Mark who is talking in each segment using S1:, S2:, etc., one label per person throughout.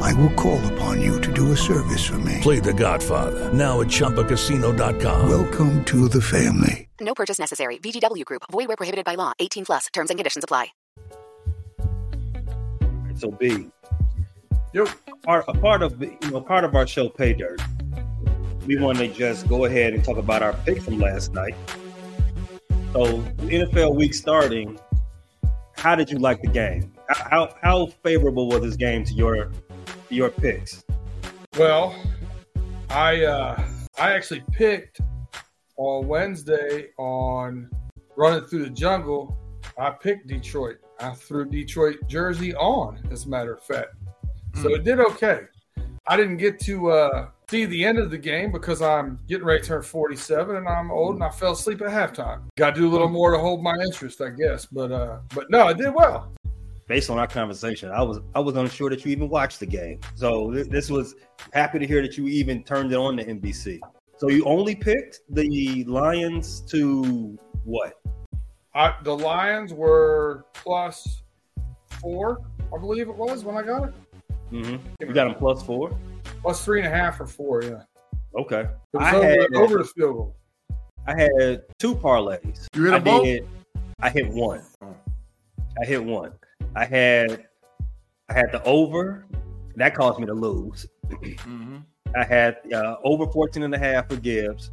S1: I will call upon you to do a service for me.
S2: Play The Godfather now at ChumbaCasino.com.
S1: Welcome to the family.
S3: No purchase necessary. VGW Group. Void where prohibited by law. 18 plus. Terms and conditions apply.
S4: So B, there are a part of you know part of our show pay dirt. We want to just go ahead and talk about our pick from last night. So NFL week starting, how did you like the game? How how favorable was this game to your to your picks?
S5: Well, I uh, I actually picked on Wednesday on running through the jungle. I picked Detroit. I threw Detroit jersey on, as a matter of fact. So it did okay. I didn't get to uh, see the end of the game because I'm getting ready to turn 47 and I'm old and I fell asleep at halftime. Got to do a little more to hold my interest, I guess. But uh, but no, I did well.
S4: Based on our conversation, I was I was unsure that you even watched the game. So th- this was happy to hear that you even turned it on to NBC. So you only picked the Lions to what?
S5: I, the Lions were plus four, I believe it was when I got it.
S4: Mm-hmm. You got them plus four.
S5: Plus three and a half or four, yeah.
S4: Okay.
S5: It was
S4: I
S5: over,
S4: had
S5: over the field goal.
S4: I had two parlays.
S6: You hit
S4: I
S6: them both?
S4: did- I hit one. I hit one. I had I had the over. That caused me to lose.
S6: Mhm.
S4: I had uh, over 14 and a half for Gibbs,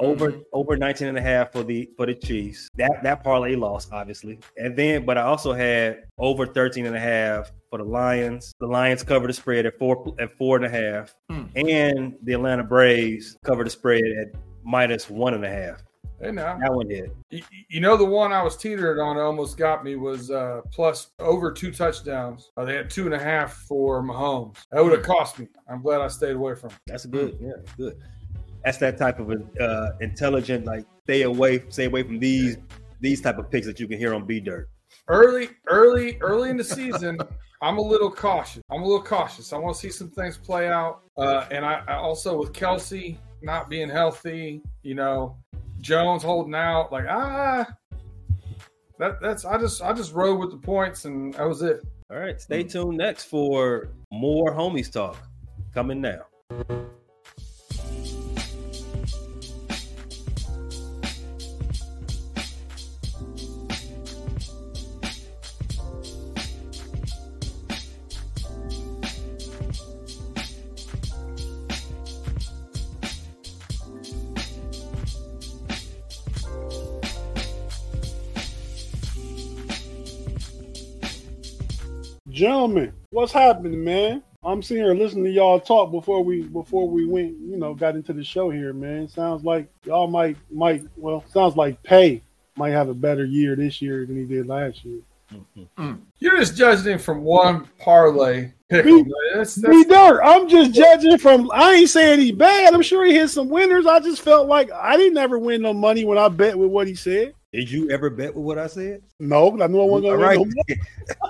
S4: over
S6: Mm-hmm.
S4: over 19 and a half for the for the Chiefs. That that parlay lost obviously. And then but I also had over 13 and a half for the Lions. The Lions covered the spread at four at four and a half.
S6: Hmm.
S4: And the Atlanta Braves covered the spread at minus one and a half.
S5: Hey, now.
S4: That one hit.
S5: You, you know the one I was teetered on almost got me was uh, plus over two touchdowns. Uh, they had two and a half for Mahomes. That would have
S4: Hmm.
S5: cost me. I'm glad I stayed away from. It.
S4: That's
S7: Hmm.
S4: good. Yeah, that's good. That's that type of uh, intelligent, like stay away, stay away from these these type of picks that you can hear on B Dirt.
S5: Early, early, early in the season, I'm a little cautious. I'm a little cautious. I want to see some things play out. Uh, and I, I also with Kelsey not being healthy, you know, Jones holding out, like ah, that that's I just I just rode with the points and that was it.
S4: All right,
S7: Hmm.
S4: stay tuned next for more homies talk coming now.
S7: gentlemen, what's happening, man? I'm sitting here listening to y'all talk before we before we went, you know, got into the show here, man. Sounds like y'all might might well sounds like Pay might have a better year this year than he did last year.
S5: You're just judging him from one parlay pick. 'em. That's, that's,
S7: Me dirt. I'm just judging from. I ain't saying he's bad. I'm sure he hit some winners. I just felt like I didn't ever win no money when I bet with what he said.
S4: Did you ever bet with what I said?
S7: No, 'cause I knew I wasn't
S4: All
S7: gonna
S4: right.
S7: win.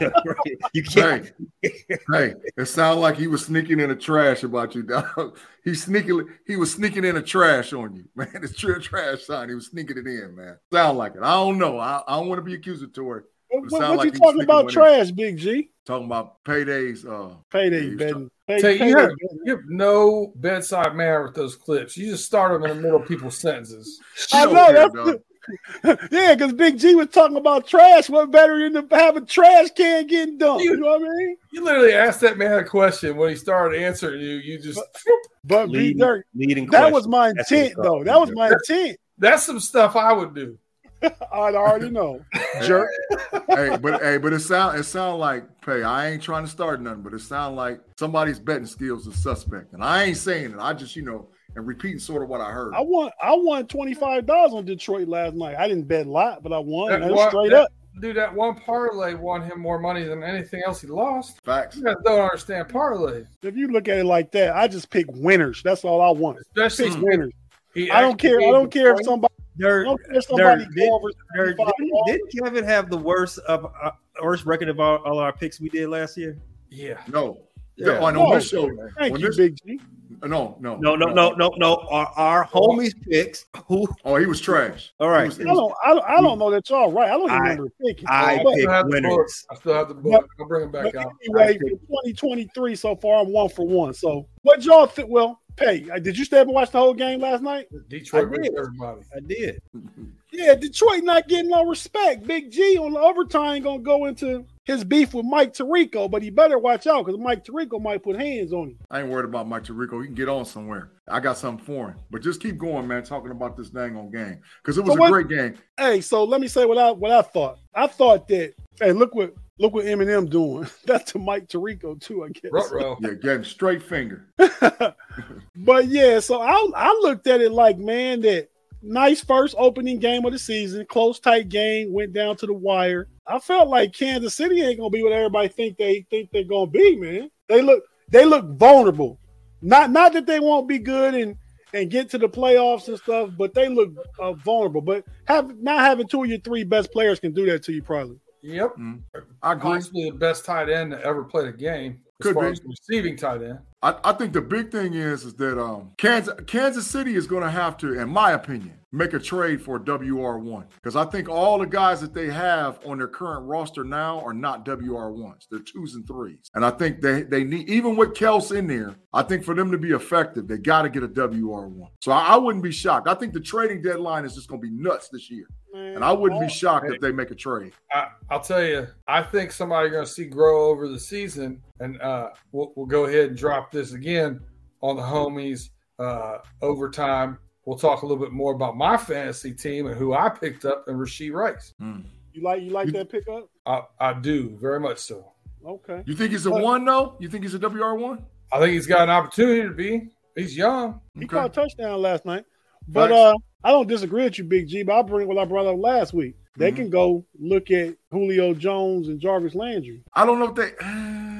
S7: no
S4: Right. You can't.
S6: Hey, hey, it sounded like he was sneaking in the trash about you, dog. He sneaking, he was sneaking in the trash on you, man. It's true trash sign. He was sneaking it in, man. Sound like it. I don't know. I, I don't want to be accusatory.
S7: money.
S6: It
S7: What, what
S6: sound
S7: you
S6: like he was
S7: talking
S6: sneaking
S7: about?
S6: one in.
S7: Trash, Big G.
S6: Talking about paydays. Uh, Yeah,
S7: Payday
S6: he was
S7: betting. Pay,
S5: Tell you,
S7: payday
S5: you, have,
S7: betting.
S5: you have no bedside manner with those clips. You just start them in the middle of people's sentences.
S7: I
S6: shit
S7: know,
S6: over here,
S7: that's
S6: dog.
S7: yeah, because Big G was talking about trash. What better than to have a trash can getting dumped? You
S5: You-
S7: know what I mean?
S5: You literally asked that man a question when he started answering you. You just
S7: But B
S4: Leading,
S7: Dirk,
S4: leading question.
S7: that was my
S4: That's what it's
S7: intent,
S4: called,
S7: though.
S4: B.
S7: That was
S4: Dirk.
S7: my intent.
S5: that's some stuff I would do.
S7: I already know. Jerk.
S6: hey, but hey, but it sound it sound like pay. I ain't trying to start nothing, but it sound like somebody's betting skills is suspect, and I ain't saying it. I just you know and repeating sort of what I heard.
S7: I won. I won twenty five dollars on Detroit last night. I didn't bet a lot, but I won.
S5: That
S7: That's
S5: one-
S7: straight
S5: that-
S7: up.
S5: Dude, that one parlay won him more money than anything else he lost.
S6: Facts.
S5: You guys don't understand parlay.
S7: If you look at it like that, I just pick winners. That's all I want. Pick
S5: Especially
S7: winners.
S5: he
S7: I don't
S5: actually
S7: care. I
S5: gave
S7: don't
S5: the
S7: care if
S5: point.
S7: somebody
S4: They're,
S7: Don't let
S4: they're,
S7: somebody
S4: did,
S7: go over
S4: they're,
S7: 75
S4: didn't, didn't Kevin have the worst of uh, worst record of all, all our picks we did last year?
S5: Yeah.
S6: No.
S4: Yeah.
S6: On,
S7: No.
S6: this show, man.
S7: Thank
S6: On
S7: you,
S6: this-
S7: Big G.
S6: no, no,
S4: No, no, no, no, no. Our, our homies picks. Who?
S6: Oh, he was trash.
S4: All right.
S6: He was-
S7: I
S6: he was-
S7: don't, I don't, I don't know that y'all right. I don't even
S4: I-
S7: remember picking.
S4: I
S7: but,
S4: picked
S5: have the book.
S4: winners.
S5: I still have the book. I'll bring it back
S7: but
S5: out.
S7: anyway, for 2023 so far, I'm one for one. So what y'all think? Well, Pay, uh, did you stay up and watch the whole game last night?
S5: Detroit
S4: I did.
S5: beat everybody.
S4: I did.
S7: Yeah, Detroit not getting no respect. Big G on the overtime gonna go into his beef with Mike Tirico, but he better watch out because Mike Tirico might put hands on him.
S6: I ain't worried about Mike Tirico. He can get on somewhere. I got something for him. But just keep going, man, talking about this dang on game. Because it was
S7: So
S6: a
S7: what-
S6: great game.
S7: Hey, so let me say what I what I thought. I thought that hey, look what look what Eminem doing. That's to Mike Tirico too, I guess.
S5: Ruh-roh.
S6: Yeah, getting straight finger.
S7: But yeah, so I I looked at it like, man, that nice first opening game of the season, close tight game, went down to the wire. I felt like Kansas City ain't gonna be what everybody think they think they're gonna be, man. They look they look vulnerable. Not not that they won't be good and and get to the playoffs and stuff, but they look uh, vulnerable. But have not having two of your three best players can do that to you, probably.
S5: Yep.
S6: I agree.
S5: Possibly the best tight end to ever play the game. As
S6: Could
S5: far
S6: be.
S5: as receiving tight end.
S6: I, I think the big thing is is that um, Kansas Kansas City is going to have to, in my opinion, make a trade for WR one because I think all the guys that they have on their current roster now are not WR ones. They're twos and threes, and I think they they need even with Kels in there. I think for them to be effective, they got to get a WR one. So I, I wouldn't be shocked. I think the trading deadline is just going to be nuts this year, and I wouldn't be
S7: oh,
S6: shocked if they make a trade.
S5: I, I'll tell you, I think somebody you're going to see grow over the season, and uh, we'll, we'll go ahead and drop this again on the homies uh, overtime. We'll talk a little bit more about my fantasy team and who I picked up and Rasheed Rice.
S6: Mm.
S7: You like you like that pickup?
S5: I, I do very much so.
S7: Okay.
S6: You think he's a
S7: But-
S6: one though? You think he's a WR one?
S5: I think he's got an opportunity to be. He's young.
S7: He caught a touchdown last night. But
S6: Facts.
S7: uh, I don't disagree with you, Big G, but I bring what I brought up last week. They
S6: Mm-hmm.
S7: can go look at Julio Jones and Jarvis Landry.
S6: I don't know if they.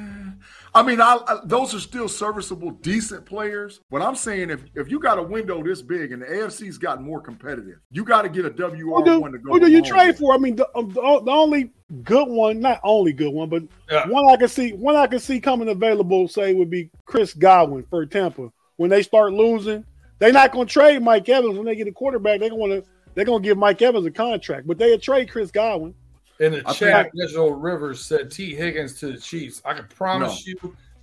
S6: I mean, I, I- those are still serviceable, decent players. But I'm saying if if you got a window this big and the AFC's gotten more competitive, you got to get a
S7: Who
S6: WR
S7: do,
S6: one to go.
S7: who do you
S6: along
S7: trade
S6: with.
S7: for? I mean, the, um, the, the only good one, not only good one, but
S5: Yeah.
S7: one I can see one I can see coming available, say, would be Chris Godwin for Tampa. When they start losing, they're not going to trade Mike Evans when they get a quarterback. They're going to they're going to give Mike Evans a contract, but they'll trade Chris Godwin.
S5: In the
S6: I
S5: chat, Digital Rivers said T. Higgins to the Chiefs. I can promise you,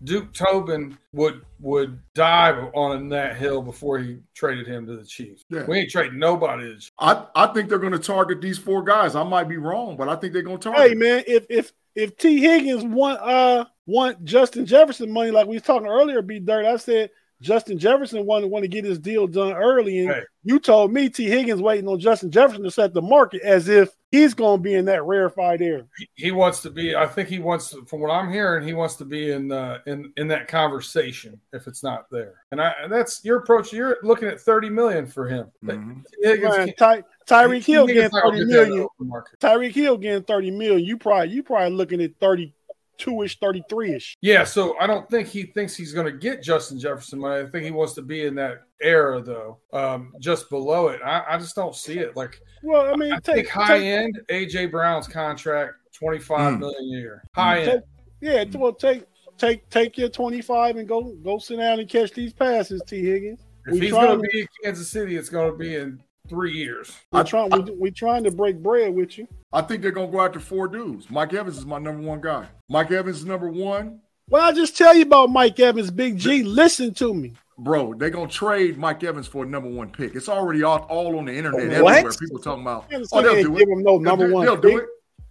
S5: Duke Tobin would would dive on that hill before he traded him to the Chiefs.
S6: Yeah.
S5: We ain't trading nobody to the Chiefs.
S6: I, I think they're going to target these four guys. I might be wrong, but I think they're going to target.
S7: Hey man, if if if T Higgins want uh want Justin Jefferson money like we was talking earlier, be dirt. I said Justin Jefferson wanted want to get his deal done early, and
S5: Hey.
S7: you told me T Higgins waiting on Justin Jefferson to set the market as if he's going to be in that rarefied air.
S5: He- He wants to be. I think he wants. To, from what I'm hearing, he wants to be in uh, in in that conversation. If it's not there, and I and that's your approach. You're looking at 30 million for him.
S6: Mhm.
S5: T. Higgins
S7: Man,
S5: can't-
S7: Ty, Tyreek
S5: T.
S7: Hill
S5: Higgins
S7: getting
S5: not gonna
S7: thirty
S5: get that in the
S7: million.
S5: open market.
S7: Tyreek Hill getting thirty million. You probably you probably looking at thirty two ish, thirty three ish.
S5: Yeah, so I don't think he thinks he's going to get Justin Jefferson money. I think he wants to be in that era, though, um, just below it. I, I just don't see it. Like,
S7: Well, I mean,
S5: I
S7: take,
S5: think high
S7: take-
S5: end AJ Brown's contract, twenty five
S6: Mm.
S5: million a year. High
S7: Take-
S5: end.
S7: Yeah, well, take take take your twenty five and go go sit down and catch these passes, T Higgins.
S5: If
S7: we
S5: he's
S7: trying
S5: going to
S7: to-
S5: be in Kansas City, it's going to be in three years.
S7: We're
S6: I-
S7: trying we, we trying to break bread with you.
S6: I think they're going to go after four dudes. Mike Evans is my number one guy. Mike Evans is number one.
S7: Well, I just tell you about Mike Evans, Big G. Listen to me.
S6: Bro, they're going to trade Mike Evans for a number one pick. It's already all, all on the internet
S4: What?
S6: everywhere. People talking about,
S7: Kansas
S6: oh,
S7: City
S6: they'll
S7: ain't
S6: do it.
S7: give him no
S6: They'll
S7: number
S6: do-
S7: one
S6: They'll do
S7: pick.
S6: it.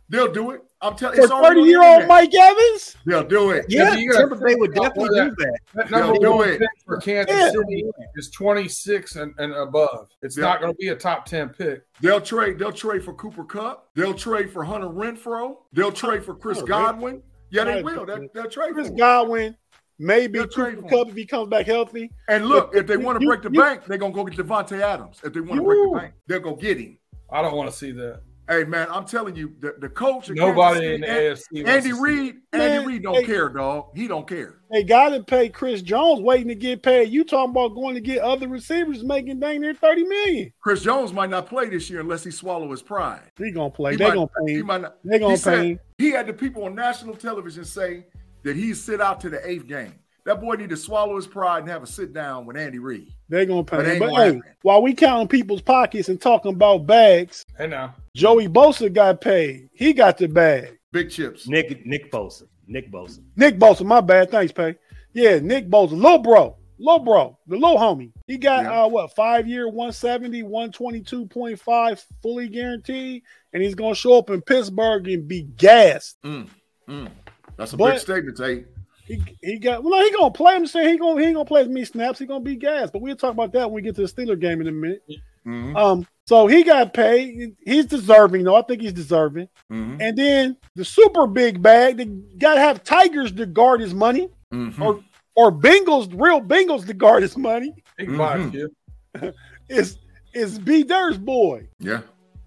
S6: They'll do it. I'm telling
S7: For
S6: it's already
S7: thirty
S6: on the
S7: year old
S6: internet.
S7: Mike Evans,
S6: They'll do it.
S4: Yeah,
S5: you gotta
S4: Tampa Bay would
S5: figure out
S4: definitely
S5: where
S4: do that.
S5: That
S6: They'll
S5: number
S6: do
S5: one
S6: it.
S5: pick for Kansas
S7: Yeah.
S5: City is twenty six and, and above. It's
S6: Yeah.
S5: not going to be a top ten pick.
S6: They'll trade. They'll trade for Cooper Cup. They'll trade for Hunter Renfro. They'll trade for Chris
S7: Hunter Renfro.
S6: Godwin. Yeah, they
S7: Right.
S6: will. They'll, they'll trade for
S7: Chris
S6: him.
S7: Godwin, maybe
S6: Good
S7: Cooper
S6: trade for him.
S7: Cup if he comes back healthy.
S6: And look, if they want to
S7: You-
S6: break the
S7: you-
S6: bank, they're gonna go get Devontae Adams. If they want to break the
S7: You-
S6: bank, they'll go get him.
S5: I don't want to see that.
S6: Hey man, I'm telling you, the, the coach. at
S5: Nobody in the
S6: Kansas
S5: AFC.
S6: City,
S5: wants
S6: Andy
S5: to see
S6: Reid.
S7: Man,
S6: Andy Reid don't
S7: hey.
S6: care, dog. He don't care.
S7: They got to pay Chris Jones, waiting to get paid. You talking about going to get other receivers, making dang near thirty million.
S6: Chris Jones might not play this year unless he swallow his pride.
S7: He gonna play.
S6: He
S7: they
S6: might-
S7: gonna pay.
S6: he
S7: him.
S6: might not-
S7: They gonna
S6: he
S7: pay.
S6: said-
S7: him.
S6: He had the people on national television say that he sit out to the eighth game. That boy need to swallow his pride and have a sit down with Andy Reid.
S7: They gonna pay.
S6: But
S7: him.
S6: ain't
S7: But
S6: gonna
S7: hey,
S6: happen.
S7: while we counting people's pockets and talking about bags,
S5: it. Hey now,
S7: Joey Bosa got paid. He got the bag.
S6: Big chips.
S4: Nick Nick Bosa. Nick Bosa.
S7: Nick Bosa, my bad. Thanks, Pay. Yeah, Nick Bosa, little bro, little bro, the little homie. He got
S6: Yeah.
S7: uh what five year, 170, 122.5 fully guaranteed, and he's gonna show up in Pittsburgh and be gassed.
S6: Mm, mm. That's a
S7: But-
S6: big statement, Tate.
S7: He he got well. No, he gonna play. I'm saying he gonna he ain't gonna play as many snaps. He gonna be gas. But we'll talk about that when we get to the Steeler game in a minute.
S6: Mhm,
S7: Um, so he got paid. He's deserving though. I think he's deserving.
S6: mhm,
S7: And then the super big bag. They gotta have Tigers to guard his money,
S6: mhm.
S7: or or Bengals, real Bengals to guard his money.
S5: big
S6: Mhm.
S5: body kid.
S7: Is is B Dur's boy?
S6: Yeah.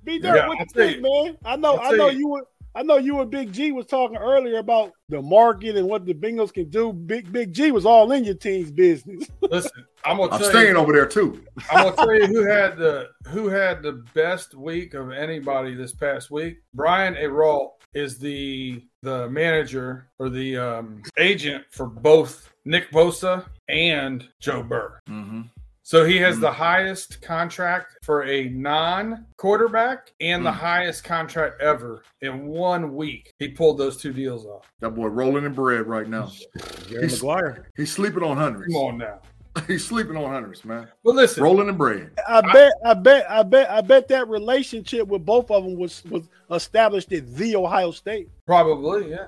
S7: B Dur,
S5: Yeah,
S7: what you
S5: I tell
S7: think, man? I know,
S5: I
S7: I
S5: tell
S7: know
S5: you.
S7: you were. I know you and Big G was talking earlier about the market and what the Bengals can do. Big Big G was all in your team's business.
S5: Listen, I'm gonna
S6: I'm
S5: tell
S6: staying
S5: you,
S6: over there too.
S5: I'm gonna tell you who had the who had the best week of anybody this past week. Brian Aralt is the the manager or the um, agent for both Nick Bosa and Joe Burr.
S6: Mm-hmm.
S5: So he has the highest contract for a non quarterback and the
S6: Mm.
S5: highest contract ever in one week. He pulled those two deals off.
S6: That boy rolling in bread right now.
S4: Jerry
S6: He's-
S4: McGuire.
S6: He's sleeping on hundreds.
S5: Come on now.
S6: He's sleeping on hundreds, man.
S5: But listen,
S6: Rolling in bread.
S7: I bet, I bet, I bet, I bet that relationship with both of them was was established at the Ohio State.
S5: probably, yeah.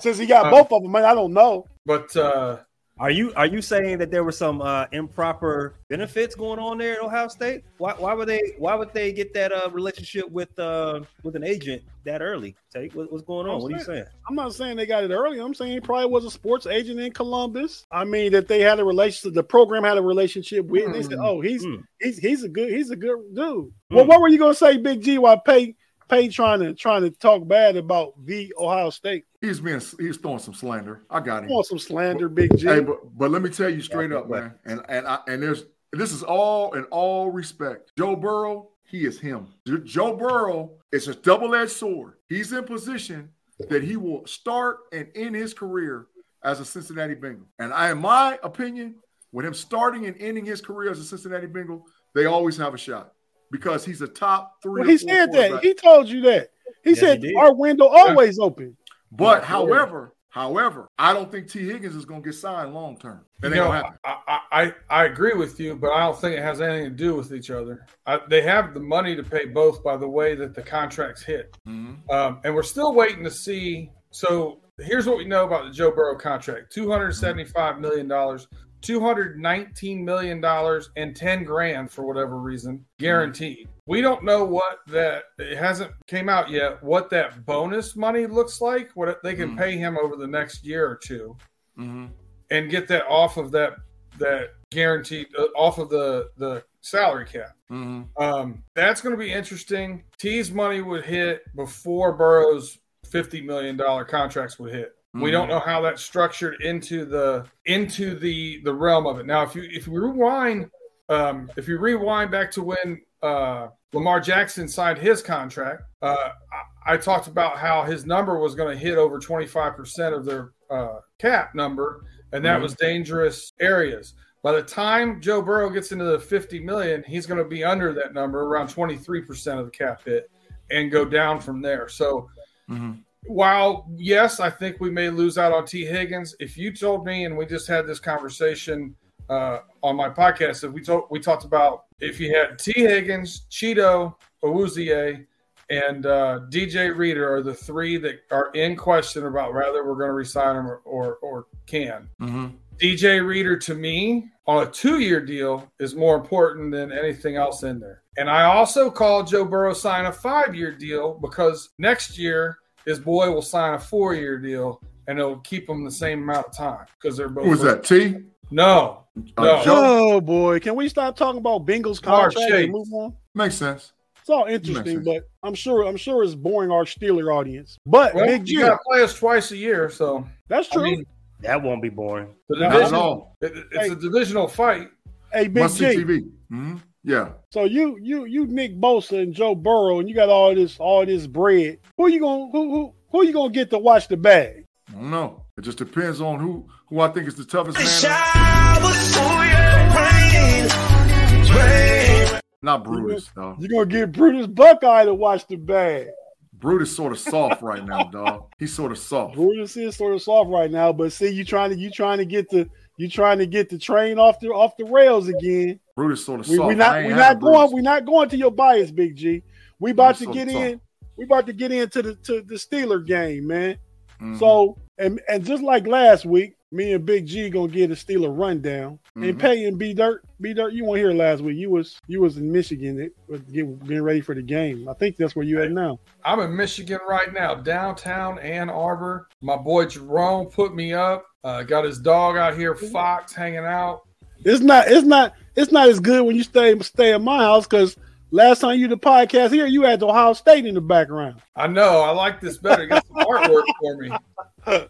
S7: Since he got
S5: Uh,
S7: both of them, man, I don't know.
S5: But uh,
S4: Are you are you saying that there were some uh, improper benefits going on there at Ohio State? Why, why would they why would they get that uh, relationship with uh, with an agent that early? Take what, what's going on? What are you saying?
S7: I'm not saying they got it early. I'm saying he probably was a sports agent in Columbus. I mean that they had a relationship. The program had a relationship with. They said,
S5: Hmm.
S7: "Oh, he's
S4: Hmm.
S7: he's he's a good he's a good dude."
S4: Hmm.
S7: Well, what were you gonna say, Big G? Why Pay Pay trying to trying to talk bad about the Ohio State?
S6: He's being he's throwing some slander. I got
S7: I
S6: him.
S7: want some slander, Big G.
S6: Hey, but, but let me tell you straight
S4: Yeah,
S6: up,
S4: but-
S6: man. And and I, and there's this is all in all respect. Joe Burrow, he is him. Jo- Joe Burrow is a double-edged sword. He's in position that he will start and end his career as a Cincinnati Bengal. And I, in my opinion, with him starting and ending his career as a Cincinnati Bengal, they always have a shot because he's a top three.
S7: Well,
S6: or
S7: he
S6: four
S7: said that.
S6: quarterback.
S7: He told you that.
S4: Yes,
S7: He
S4: he
S7: said
S4: did.
S7: our window always open.
S6: But
S5: Yeah.
S6: however, however, I don't think T. Higgins is gonna get signed long term. That ain't
S5: No,
S6: gonna happen.
S5: I, I, I I agree with you, but I don't think it has anything to do with each other. I, they have the money to pay both by the way that the contracts hit.
S6: Mhm.
S5: Um, and we're still waiting to see. So here's what we know about the Joe Burrow contract $275 million, $219 million, and 10 grand for whatever reason, guaranteed. We don't know what that it hasn't came out yet. What that bonus money looks like, what they can
S6: Mhm.
S5: pay him over the next year or two
S6: Mhm.
S5: and get that off of that that guaranteed uh, off of the the salary cap.
S6: Mhm.
S5: Um, that's going to be interesting. T's money would hit before Burrow's fifty million dollar contracts would hit. We don't know how that's structured into the into the the realm of it. Now, if you if you rewind, um, if you rewind back to when uh, Lamar Jackson signed his contract, uh, I, I talked about how his number was going to hit over twenty five percent of their uh, cap number, and that
S6: Mhm.
S5: was dangerous areas. By the time Joe Burrow gets into the fifty million, he's going to be under that number, around twenty three percent of the cap hit, and go down from there. So
S6: Mhm.
S5: while yes, I think we may lose out on T. Higgins. If you told me, and we just had this conversation uh, on my podcast, if we told we talked about if you had T. Higgins, Cheeto, Awuzie, and uh, DJ Reader are the three that are in question about whether we're going to resign him or, or or can.
S6: Mhm.
S5: DJ Reader to me on a two year deal is more important than anything else in there. And I also call Joe Burrow sign a five year deal because next year his boy will sign a four year deal and it'll keep him the same amount of time because they're both.
S6: Who was that? T.
S5: No.
S6: Uh,
S5: No.
S6: Joe.
S7: Oh boy, can we stop talking about Bengals
S5: Jamar
S7: contract and
S5: Chase.
S7: move on?
S6: Makes sense.
S7: It's all interesting, but I'm sure I'm sure it's boring our Steeler audience. But
S5: Well,
S7: Big G,
S5: you got to play us twice a year, so
S7: that's
S5: I
S7: true.
S5: mean,
S4: That won't be boring.
S5: the
S6: Not at
S5: division-
S6: all.
S5: it- it's a divisional fight.
S7: hey, Big
S6: Must
S7: G.
S6: see TV. Mhm. Yeah.
S7: So you you you Nick Bosa and Joe Burrow, and you got all this all this bread. Who you gonna who who who you gonna get to watch the bag?
S6: I don't know. It just depends on who who I think is the toughest man. Not Brutus, dog.
S7: You gonna get Brutus Buckeye to watch the bag.
S6: Brutus sort of soft right now, dog. He's sort of soft.
S7: Brutus is sort of soft right now, but see you trying to you trying to get the you trying to get the train off the off the rails again.
S6: Brutus sort of
S7: We,
S6: soft.
S7: we
S6: I
S7: not
S6: ain't
S7: we
S6: had
S7: not
S6: a
S7: going
S6: Brutus.
S7: we not going to your bias, Big G. We about to
S6: so
S7: get
S6: soft.
S7: in. We about to get into the to the Steeler game, man.
S6: Mhm.
S7: So and and just like last week, me and Big G gonna get a Steeler rundown and
S6: Mhm.
S7: pay and B Dirt. B Dirt, you weren't here last week. You was you was in Michigan it- with- get- getting ready for the game. I think that's where you at now.
S5: I'm in Michigan right now, downtown Ann Arbor. My boy Jerome put me up. Uh, got his dog out here, Fox, hanging out.
S7: It's not it's not it's not as good when you stay stay at my house because last time you did the podcast here, you had the Ohio State in the background.
S5: I know. I like this better. Got some artwork for me.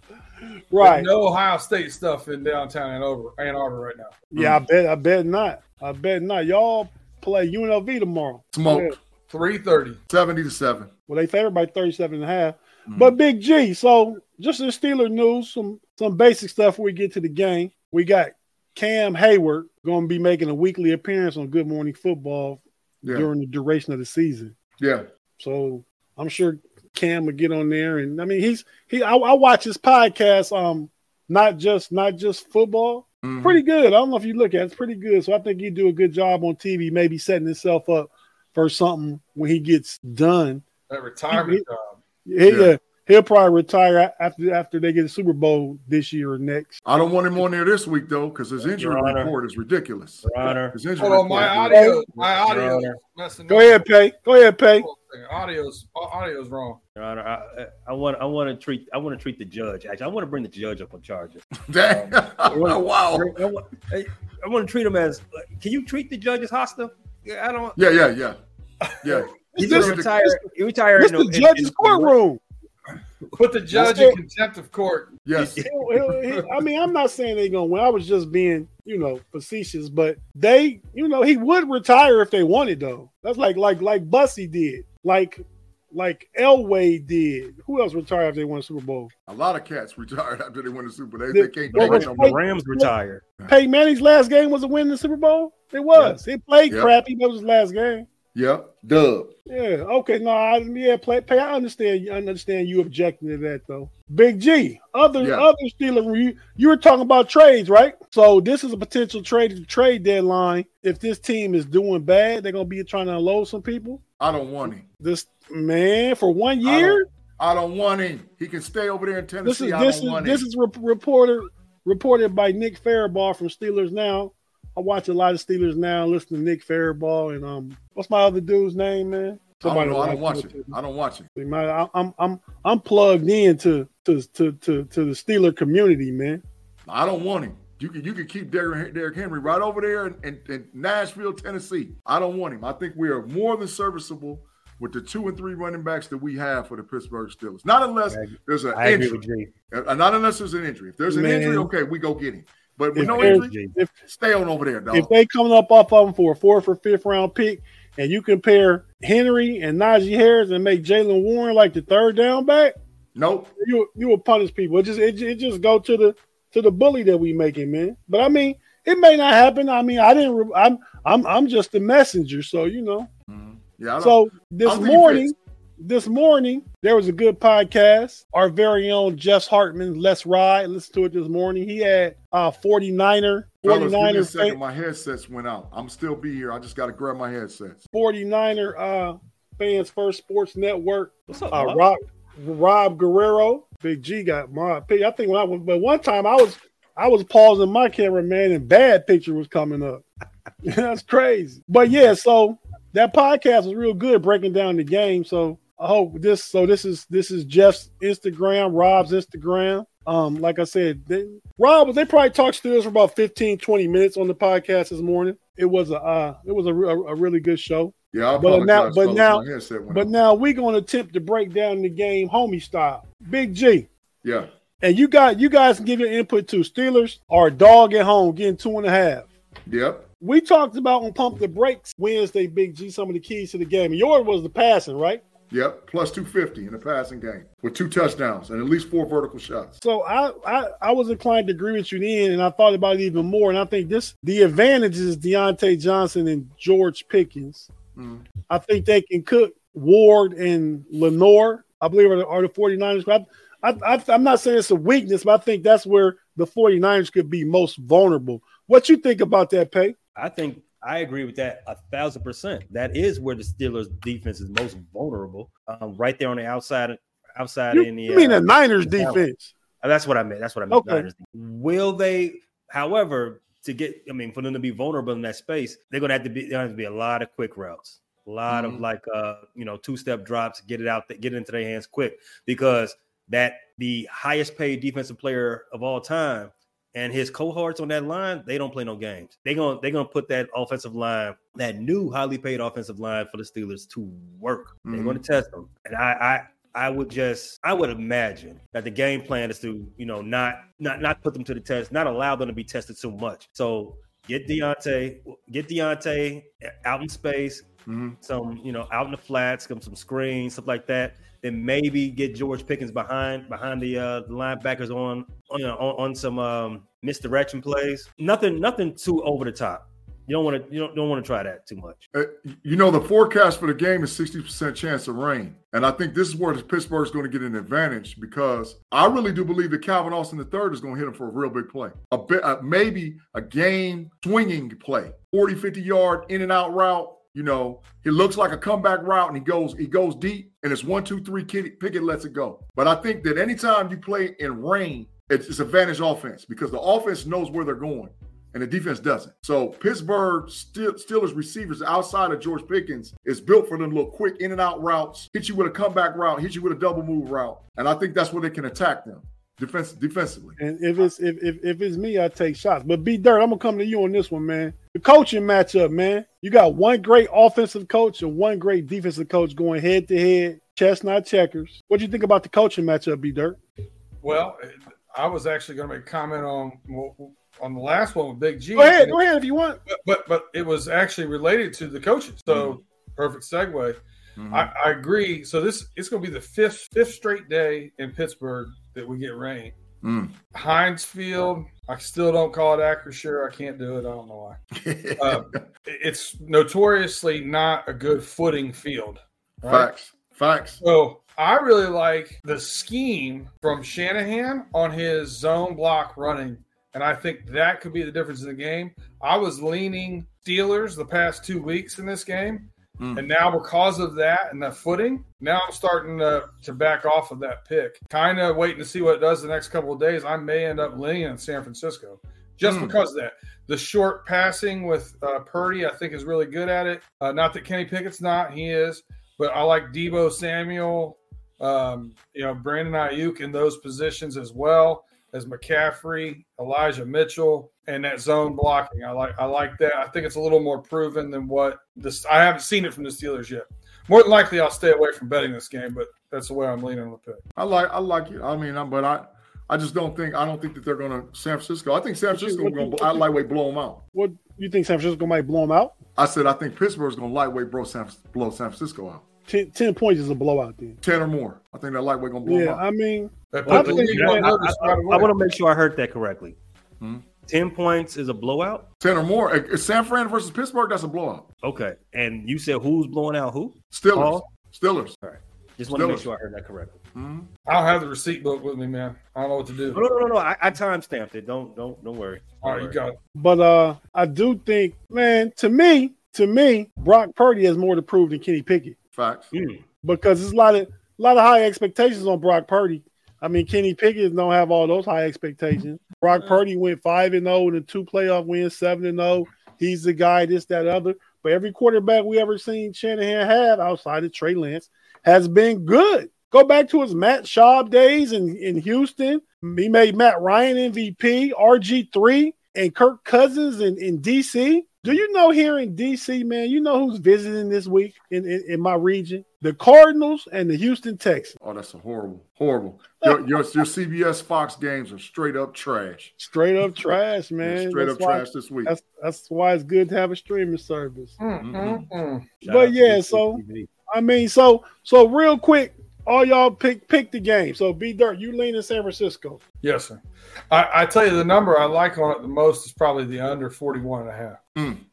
S7: Right.
S5: There's No Ohio State stuff in downtown Ann Arbor, Ann Arbor right now.
S7: Yeah, I bet I bet not. I bet not. Y'all play UNLV tomorrow.
S6: Smoke.
S7: Yeah.
S5: 3.30.
S6: 70 to 7.
S7: Well, they favored by 37 and a half. But Big G, so just in Steeler news, some some basic stuff before we get to the game. We got Cam Hayward going to be making a weekly appearance on Good Morning Football
S6: Yeah.
S7: during the duration of the season.
S6: yeah.
S7: So I'm sure Cam will get on there, and I mean he's he. I, I watch his podcast. Um, not just not just football.
S6: Mhm.
S7: Pretty good. I don't know if you look at it, it's pretty good. So I think he'd do a good job on TV, maybe setting himself up for something when he gets done
S5: That retirement job.
S7: yeah,
S6: Yeah.
S7: yeah. he'll probably retire a- after after they get a Super Bowl this year or next.
S6: I don't want him on there this week, though, because his injury
S4: Your Honor.
S6: report is ridiculous.
S4: Your Honor.
S6: His injury
S5: Hold on, my
S6: report is-
S5: audio, my
S7: uh,
S5: audio
S4: Your Honor.
S5: messing
S7: Go
S5: up.
S7: ahead, Pay. Go ahead, Pay.
S5: Hold on a second. Audio's audio's wrong.
S4: Your Honor, I, I want I want to treat I want to treat the judge. Actually, I want to bring the judge up on charges.
S6: Dang.
S7: Um, Oh.
S6: wow.
S4: I want, I, I want to treat him as. Can you treat the judge as hostile? Yeah, I don't.
S6: Yeah, yeah, yeah. Yeah.
S4: He's
S7: This-
S4: gonna retire. He retired.
S7: It's
S4: in a-
S7: the
S4: in-
S7: judge's
S4: in-
S7: courtroom.
S5: Put the judge
S7: Okay.
S5: in contempt of court.
S6: Yes.
S7: He'll- he'll- he- I mean, I'm not saying they're gonna win. I was just being, you know, facetious. But they, you know, he would retire if they wanted though. That's like like like Bussy did, like like Elway did. Who else retired if they won a Super Bowl?
S6: A lot of cats retired after they win the Super Bowl. They,
S7: The-
S6: they can't
S7: what
S6: take
S7: was-
S6: it no
S4: The
S6: more.
S4: Rams retired.
S7: Peyton Manning's last game was a win in the Super Bowl. It was. He played
S6: Yeah.
S7: crappy. That was his last game.
S6: Yep. Dub.
S7: Yeah. Okay. No. I, yeah. Play. Pay. I understand. you- I understand you objecting to that though. Big G. Other
S6: Yeah.
S7: other Steeler. You you were talking about trades, right? So this is a potential trade trade deadline. If this team is doing bad, they're gonna be trying to unload some people.
S6: I don't want him.
S7: This man for one
S6: I
S7: year.
S6: don't- I don't want him. He can stay over there in
S7: This
S6: Tennessee.
S7: is
S6: I
S7: this
S6: don't
S7: is
S6: want
S7: this
S6: him.
S7: is rep- reported reported by Nick Faribault from Steelers Now. I watch a lot of Steelers Now. Listen to Nick Faribault and um, what's my other dude's name, man?
S6: I don't know. I don't
S7: watch
S6: watch
S7: it.
S6: it. I don't watch it.
S7: See, man, I, I'm I'm I'm plugged in to to, to to to the Steeler community, man.
S6: I don't want him. You can you can keep Derrick, Derrick Henry right over there in, in, in Nashville, Tennessee. I don't want him. I think we are more than serviceable with the two and three running backs that we have for the Pittsburgh Steelers. Not unless there's an
S4: I agree
S6: injury.
S4: with G.
S6: Uh, Not unless there's an injury. If there's an
S7: Man.
S6: injury, okay, we go get him. But with
S7: If
S6: no
S7: there's-
S6: injury,
S7: If
S6: stay on over there, dog.
S7: if they coming up off of them for a fourth or fifth round pick, and you compare Henry and Najee Harris and make Jalen Warren like the third down back,
S6: nope.
S7: you you will punish people. It just it, ju- it just go to the to the bully that we making, man. But I mean, it may not happen. I mean, I didn't. Re- I'm I'm I'm just the messenger, so you know.
S6: Mm-hmm. Yeah, I don't.
S7: So this
S6: I'll leave
S7: morning,
S6: it.
S7: this morning there was a good podcast. Our very own Jess Hartman, Let's Ride. Listen to it this morning. He had uh 49er,
S6: Fellas, give me a
S7: 49er,
S6: second.
S7: fan,
S6: My headsets went out. I'm still be here. I just got to grab my headsets.
S7: 49er uh fans first sports network.
S4: What's up,
S7: Uh
S4: Mark?
S7: Rob Rob Guerrero. Big G got my opinion. I think when I was but one time I was I was pausing my camera, man, and bad picture was coming up. That's crazy. But yeah, so that podcast was real good breaking down the game. So I hope this. So this is this is Jeff's Instagram, Rob's Instagram. Um, like I said, they, Rob, they probably talked to us for about 15, 20 minutes on the podcast this morning. It was a uh, it was a, re- a really good show.
S6: Yeah, I
S7: But
S6: apologize.
S7: now- but
S6: fellas,
S7: now-
S6: my headset went
S7: But
S6: off.
S7: now we're gonna attempt to break down the game homie style. Big G.
S6: yeah,
S7: And you got you guys can give your input too. Steelers are dog at home getting two and a half.
S6: yep,
S7: We talked about on Pump the Brakes Wednesday, Big G, some of the keys to the game. Yours was the passing, right?
S6: yep. Plus two fifty in the passing game with two touchdowns and at least four vertical shots.
S7: So I, I I was inclined to agree with you then, and I thought about it even more. And I think this the advantages is Deontay Johnson and George Pickens.
S6: Mm.
S7: I think they can cook Ward and Lenore. I believe are the, are the 49ers. But I, I, I, I'm not saying it's a weakness, but I think that's where the 49ers could be most vulnerable. What you think about that, Pay?
S4: I think I agree with that a thousand percent. That is where the Steelers' defense is most vulnerable, um, right there on the outside, outside
S7: You,
S4: in the.
S7: you mean
S4: uh,
S7: the Niners
S4: yeah.
S7: defense?
S4: Uh, That's what I meant. That's what I meant.
S7: Okay.
S4: Niners. Will they, however, to get, I mean, for them to be vulnerable in that space, they're going to have to be, there going to be a lot of quick routes, a lot
S7: Mm-hmm.
S6: Mhm.
S4: of like, uh, you know, two step drops, get it out, th- get it into their hands quick because that the highest paid defensive player of all time and his cohorts on that line, they don't play no games. They're going to they're going to put that offensive line, that new highly paid offensive line for the Steelers to work. They're
S6: Mhm.
S4: going to test them. And I, I I would just I would imagine that the game plan is to, you know, not not not put them to the test, not allow them to be tested too much. So get Deontay, get Deontay out in space,
S6: hmm
S4: some, you know, out in the flats, some some screens, stuff like that. Then maybe get George Pickens behind behind the uh the linebackers on on you know, on, on some um misdirection plays. Nothing nothing too over the top. You don't want to you don't, don't want to try that too much.
S6: Uh, you know, the forecast for the game is 60% chance of rain. And I think this is where Pittsburgh's going to get an advantage because I really do believe that Calvin Austin III is going to hit him for a real big play. A bit, uh, maybe a game swinging play, 40, 50 yard in and out route. You know, he looks like a comeback route and he goes, he goes deep and it's one, two, three, kid, Pickett lets it go. But I think that anytime you play in rain, it's, it's advantage offense because the offense knows where they're going and the defense doesn't. So Pittsburgh still Steelers receivers outside of George Pickens is built for them little quick in and out routes, hit you with a comeback route, hit you with a double move route, and I think that's where they can attack them defense defensively.
S7: And if it's if, if if it's me, I take shots. But B Dirt, I'm gonna come to you on this one, man. The coaching matchup, man. You got one great offensive coach and one great defensive coach going head to head, chestnut checkers. What do you think about the coaching matchup, B Dirt?
S5: Well, I was actually going to make a comment on on the last one with Big G.
S7: Go ahead, go ahead if you want.
S5: But, but but it was actually related to the coaches. So
S4: Mm-hmm.
S5: perfect segue.
S6: Mm-hmm.
S5: I, I agree. So this it's going to be the fifth fifth straight day in Pittsburgh that we get rain.
S6: Mm.
S5: Heinz Field. I still don't call it Acrisure. I can't do it. I don't know why. Um, it- it's notoriously not a good footing field. Right?
S6: Facts, facts.
S5: So I really like the scheme from Shanahan on his zone block running. And I think that could be the difference in the game. I was leaning Steelers the past two weeks in this game.
S6: Mm.
S5: And now, because of that and that footing, now I'm starting to, to back off of that pick. Kind of waiting to see what it does the next couple of days. I may end up leaning in San Francisco just
S6: Mm.
S5: because of that. The short passing with uh, Purdy, I think, is really good at it. Uh, not that Kenny Pickett's not, he is but I like Debo Samuel, um, you know, Brandon Ayuk in those positions as well as McCaffrey, Elijah Mitchell, and that zone blocking. I like I like that. I think it's a little more proven than what this. I haven't seen it from the Steelers yet. More than likely, I'll stay away from betting this game, but that's the way I'm leaning on the pick.
S6: I like I like it. I mean, I, but I I just don't think I don't think that they're going to San Francisco. I think San Francisco going to lightweight blow them out.
S7: What you think San Francisco might blow them out?
S6: I said I think Pittsburgh's going to lightweight blow San, blow San Francisco out.
S7: Ten, 10 points is a blowout then.
S6: Ten or more. I think that lightweight going to blow them
S7: Yeah,
S6: out.
S7: I mean,
S5: They
S7: Well,
S5: put the
S7: I think-
S5: league
S4: I,
S5: on notice right away.
S4: want to make sure I heard that correctly.
S6: Mhm.
S4: Ten points is a blowout.
S6: Ten or more. If San Fran versus Pittsburgh, that's a blowout.
S4: Okay, and you said who's blowing out who?
S6: Steelers.
S7: Oh.
S4: Paul?
S6: Steelers. Hmm?
S4: Just want to make
S6: Steelers.
S4: sure I heard that correctly.
S5: I don't have the receipt book with me, man. I don't know what to do.
S4: No, no, no, no. I, I time stamped it. Don't, don't, don't worry.
S5: All right, you got it.
S7: but uh I do think, man, to me, to me, Brock Purdy has more to prove than Kenny Pickett.
S6: Facts.
S7: because there's a lot of a lot of high expectations on Brock Purdy. I mean, Kenny Pickett don't have all those high expectations. Brock Purdy went five and zero in the two playoff wins, seven and zero. He's the guy, this, that, other. But every quarterback we ever seen Shanahan have outside of Trey Lance has been good. Go back to his Matt Schaub days in, in Houston. He made Matt Ryan MVP, RG3, and Kirk Cousins in, in DC. Do you know here in DC, man? You know who's visiting this week in, in, in my region? The Cardinals and the Houston Texans.
S6: Oh, that's a horrible, horrible. Your, your, your CBS Fox games are straight up trash.
S7: Straight up trash, man.
S6: They're straight
S7: That's
S6: up
S7: why-
S6: trash this week.
S7: That's that's why it's good to have a streaming service.
S5: Mm, mm, mm.
S4: Shout
S7: But
S4: out to
S7: yeah, so-
S4: TV.
S7: I mean, so so real quick, all y'all pick pick the game. So B Dirt, you lean in San Francisco.
S5: Yes, sir. I, I tell you, the number I like on it the most is probably the under 41 and a half.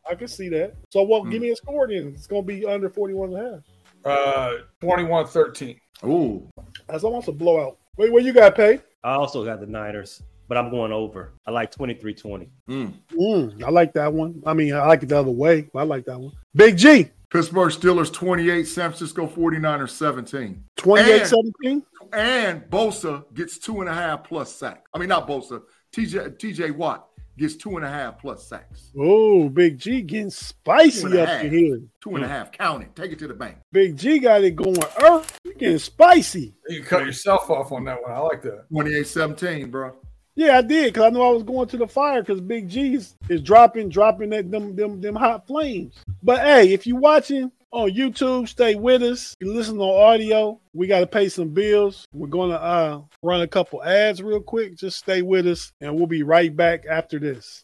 S7: I can see that. So what?
S6: Hmm.
S7: Give me a score then. It's gonna be under 41 and a half.
S5: Uh, 21 13.
S6: Ooh,
S7: That's almost a blowout. Wait, what you got, Pay?
S4: I also got the Niners, but I'm going over. I like 23 20.
S6: mm.
S7: Mm, I like that one. I mean, I like it the other way, but I like that one. Big G,
S6: Pittsburgh Steelers 28, San Francisco 49ers 17.
S7: 28-17.
S6: And Bosa gets two and a half plus sacks. I mean, not Bosa. TJ TJ Watt gets two and a half plus sacks.
S7: Oh, Big G getting
S6: Two
S7: spicy
S6: and a
S7: up
S6: half.
S7: in here.
S6: Two and a half. Count it. Take it to the bank.
S7: Big G got it going. Earth, you getting spicy.
S5: You cut yourself off on that one. I like that.
S6: 28 17, bro.
S7: Yeah, I did because I knew I was going to the fire because Big G is, is dropping, dropping that them them them hot flames. But hey, if you watching on YouTube, stay with us. You listen on audio. We got to pay some bills. We're gonna uh, run a couple ads real quick. Just stay with us, and we'll be right back after this.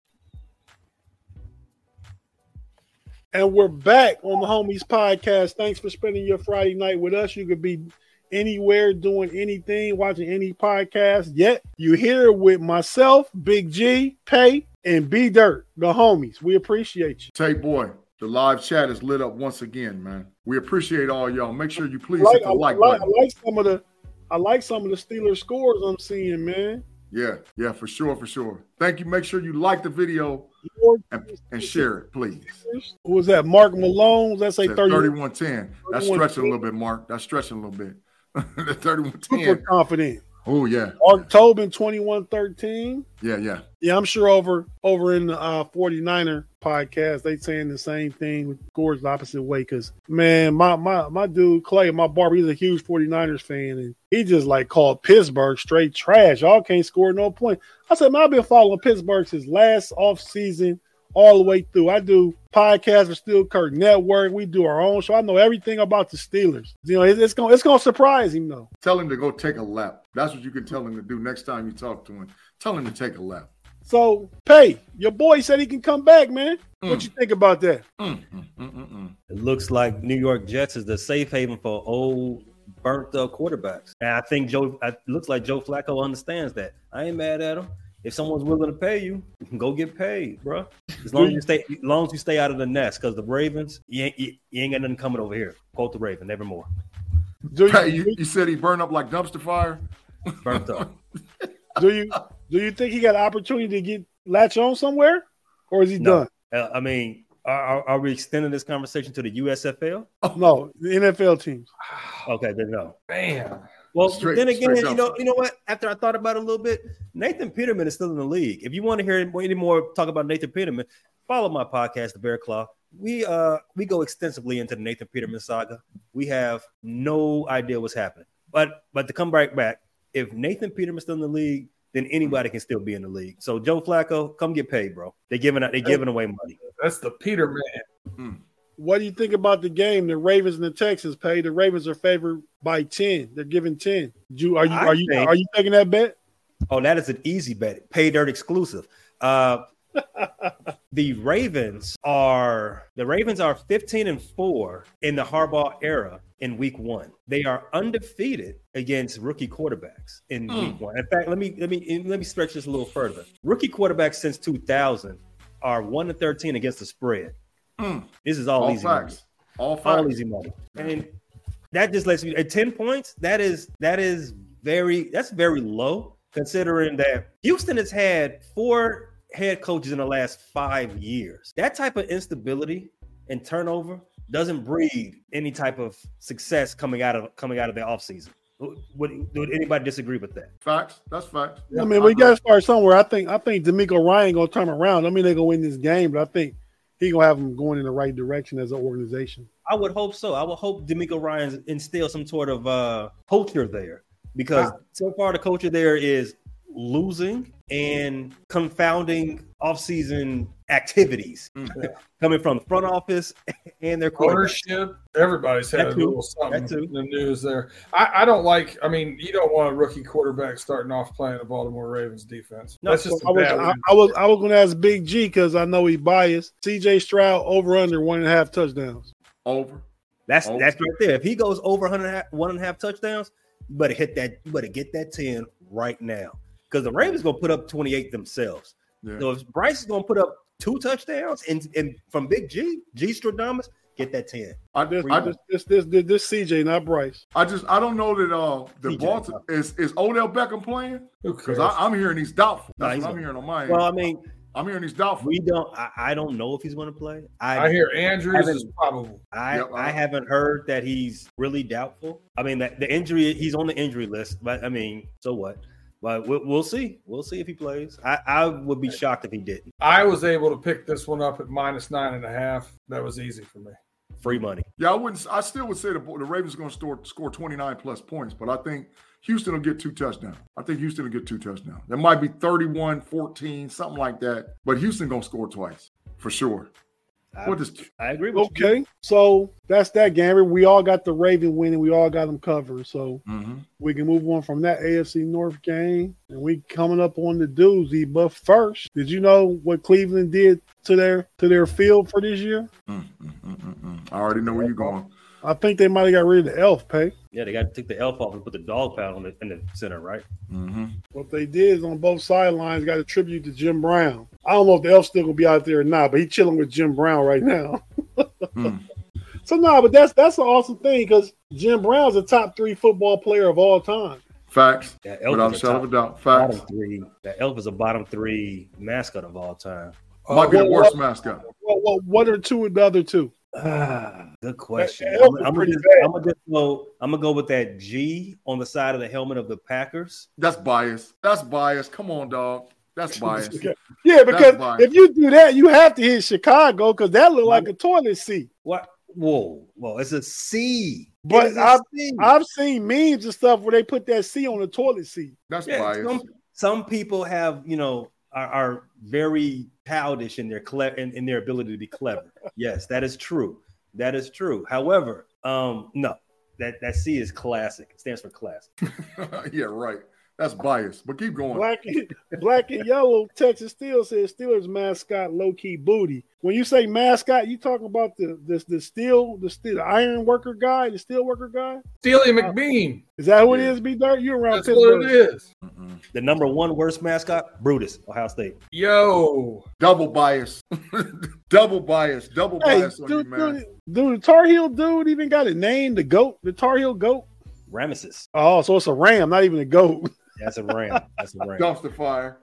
S7: And we're back on the Homies Podcast. Thanks for spending your Friday night with us. You could be anywhere doing anything, watching any podcast. Yet you here with myself, Big G, Pay, and B Dirt, the homies. We appreciate you.
S6: Tay boy, the live chat is lit up once again, man. We appreciate all y'all. Make sure you please
S7: I like,
S6: hit
S7: I
S6: the like
S7: like- I
S6: button.
S7: like some of the I like some of the Steelers scores I'm seeing, man.
S6: Yeah, yeah, for sure, for sure. Thank you. Make sure you like the video and, and share it, please.
S7: Who was that? Mark Malone? Let's say
S6: Said
S7: 30
S6: 3110. That's
S7: 31.
S6: stretching a little bit, Mark. That's stretching a little bit. the
S7: super
S6: 3110.
S7: confident.
S6: Oh, yeah.
S7: Mark Tobin 21 13.
S6: Yeah, yeah.
S7: Yeah, I'm sure over over in the uh, 49er podcast, they saying the same thing with scores the opposite way. Cause man, my my my dude Clay, my barber, he's a huge 49ers fan, and he just like called Pittsburgh straight trash. Y'all can't score no point. I said, man, I've been following Pittsburgh since last offseason all the way through. I do podcasts for Steel Curtain Network. We do our own show. I know everything about the Steelers. You know, it's, it's gonna it's gonna surprise him though.
S6: Tell him to go take a lap. That's what you can tell him to do next time you talk to him. Tell him to take a lap.
S7: So, Pay, your boy said he can come back, man. What you think about that?
S6: Mm, mm, mm, mm, mm.
S4: It looks like New York Jets is the safe haven for old burnt up quarterbacks. And I think Joe I- it looks like Joe Flacco understands that. I ain't mad at him. If someone's willing to pay you, go get paid, bruh. As long as you stay, as long as you stay out of the nest, because the Ravens, you ain't, you, you ain't got nothing coming over here. Quote the Raven, nevermore.
S7: Do
S6: Hey, you, you said he burned up like dumpster fire?
S4: Burnt up.
S7: Do you do you think he got an opportunity to get latch on somewhere, or is he
S4: No.
S7: done?
S4: Uh, I mean, are, are, are we extending this conversation to the USFL?
S7: No, the NFL teams.
S4: Okay, then no.
S5: Man,
S4: Well,
S6: Straight-
S4: then again,
S6: straight
S4: you know, you know what? After I thought about it a little bit, Nathan Peterman is still in the league. If you want to hear any more talk about Nathan Peterman, follow my podcast, The Bear Claw. We uh we go extensively into the Nathan Peterman saga. We have no idea what's happening. But but to come right back, if Nathan Peterman's still in the league, then anybody can still be in the league. So Joe Flacco, come get paid, bro. They're giving out they're giving away money.
S5: that's the Peter man.
S7: What do you think about the game? The Ravens and the Texans pay. The Ravens are favored by ten. They're giving ten. Do are you
S4: I
S7: are you
S4: think-
S7: are you taking that bet?
S4: Oh, that is an easy bet. Pay dirt exclusive. Uh, the Ravens are the Ravens are 15 and 4 in the Harbaugh era in week 1. They are undefeated against rookie quarterbacks in week 1. In fact, let me let me let me stretch this a little further. Rookie quarterbacks since 2000 are 1 to 13 against the spread. This is all,
S6: All
S4: easy money.
S6: facts. All facts.
S4: All easy money. And that just lets you at 10 points, that is that is very that's very low considering that Houston has had four head coaches in the last five years. That type of instability and turnover doesn't breed any type of success coming out of coming out of the offseason. Would, would anybody disagree with that?
S6: Facts. That's facts.
S7: I mean, we got to start somewhere. I think I think D'Amico Ryan gonna turn around. I mean, they're gonna win this game, but I think he gonna have them going in the right direction as an organization.
S4: I would hope so. I would hope D'Amico Ryan instills some sort of uh, culture there because so far the culture there is losing and confounding offseason activities coming from the front office and their quarterback.
S5: Ownership. Everybody's had
S4: That
S5: a
S4: too.
S5: little something
S4: That too.
S5: in the news there. I, I don't like. I mean, you don't want a rookie quarterback starting off playing the Baltimore Ravens defense.
S4: No,
S5: That's just
S7: I
S5: a
S7: was
S5: bad.
S7: I, I was I was gonna ask Big G because I know he biased. CJ Stroud over under one and a half touchdowns.
S6: Over.
S4: That's
S6: Oh.
S4: that's right there. If he goes over 100, and a half- one and a half touchdowns, you better hit that. You better get that ten right now because the Ravens gonna put up twenty eight themselves.
S6: Yeah.
S4: So if Bryce is gonna put up two touchdowns and, and from Big G G Stradamus, get that ten.
S6: I just, I just,
S7: This this this, this CJ not Bryce.
S6: I just, I don't know that uh the
S4: TJ.
S6: Baltimore is is Odell Beckham playing
S5: Who
S6: because
S5: cares?
S6: I'm hearing he's doubtful.
S4: Nah,
S6: That's
S4: he's
S6: what I'm
S4: not.
S6: hearing on my end.
S4: Well, I mean,
S6: I'm hearing he's doubtful.
S4: we don't. I, I don't know if he's gonna play. I
S5: I hear Andrews is
S4: haven't-
S5: probable.
S4: I,
S6: Yep, I-
S4: I haven't heard that he's really doubtful. I mean, that the injury he's on the injury list, but I mean, so what? But we'll, we'll see. We'll see if he plays. I, I would be shocked if he didn't.
S5: I was able to pick this one up at minus nine and a half. That was easy for me.
S4: Free money.
S6: Yeah, I wouldn't. I still would say the, the Ravens going to score score 29 plus points, but I think Houston will get two touchdowns. I think Houston will get two touchdowns. That might be 31, 14, something like that. But Houston going to score twice for sure.
S4: I,
S6: What is
S4: I agree with you.
S7: Okay, so that's that game. We all got the Raven winning. We all got them covered. So
S4: Mm-hmm.
S6: Mhm.
S7: we can move on from that AFC North game, and we coming up on the doozy. But first, did you know what Cleveland did to their to their field for this year?
S6: Mm, mm, mm, mm,
S4: Mm-hmm.
S6: mm. I already know where you're going.
S7: I think they might have got rid of the elf pay.
S4: Yeah, they got to take the elf off and put the dog pound on the, in the center, right? Mm-hmm.
S6: hmm
S7: What they did is on both sidelines got a tribute to Jim Brown. I don't know if the elf's still gonna be out there or not, but he's chilling with Jim Brown right now.
S6: Hmm.
S7: so no, but that's that's an awesome thing because Jim Brown's a top three football player of all time.
S6: Facts.
S4: Yeah, elf
S6: Without
S4: is
S6: a
S4: a
S6: shadow
S4: top-
S6: of a doubt. Facts.
S4: Bottom three. That elf is a bottom three mascot of all time.
S6: Might be the
S7: Uh,
S6: worst mascot.
S7: What what what are two of the other two?
S4: Ah, good question.
S7: That elf is
S4: I'm,
S7: pretty
S4: gonna,
S7: bad.
S4: I'm, gonna just go, I'm gonna go with that G on the side of the helmet of the Packers.
S6: That's bias. That's bias. Come on, dog. That's bias.
S7: Yeah, because
S6: fine.
S7: if you do that, you have to hit Chicago because that looked like a toilet seat.
S4: What? Whoa, whoa! It's a C.
S7: But
S4: It is a
S7: I've-
S4: C.
S7: I've seen memes and stuff where they put that C on the toilet seat.
S6: That's
S4: Yeah,
S6: bias.
S4: some some people have you know are, are very childish in their clever in, in their ability to be clever. yes, that is true. That is true. However, um, no, that that C is classic. It stands for classic.
S6: yeah, right. That's bias. But keep going.
S7: Black and, black and yellow, Texas Steel says Steelers mascot low key booty. When you say mascot, you talking about the the, the steel, the steel, the iron worker guy, the steel worker guy?
S5: Steely McBean.
S7: Is that who
S6: Yeah.
S7: it is, B Dirt? You around
S5: That's what it
S7: Pittsburgh.
S5: is.
S6: Mm-mm.
S4: The number one worst mascot, Brutus, Ohio State.
S5: Yo,
S6: Double bias. double bias. Double
S7: Hey,
S6: bias on you,
S7: dude,
S6: man.
S7: dude, dude, the Tar Heel dude even got a name, the GOAT, the Tar Heel GOAT.
S4: Rameses.
S7: Oh, so it's a ram, not even a GOAT.
S4: That's a ram. That's a ram.
S6: Dumpster fire.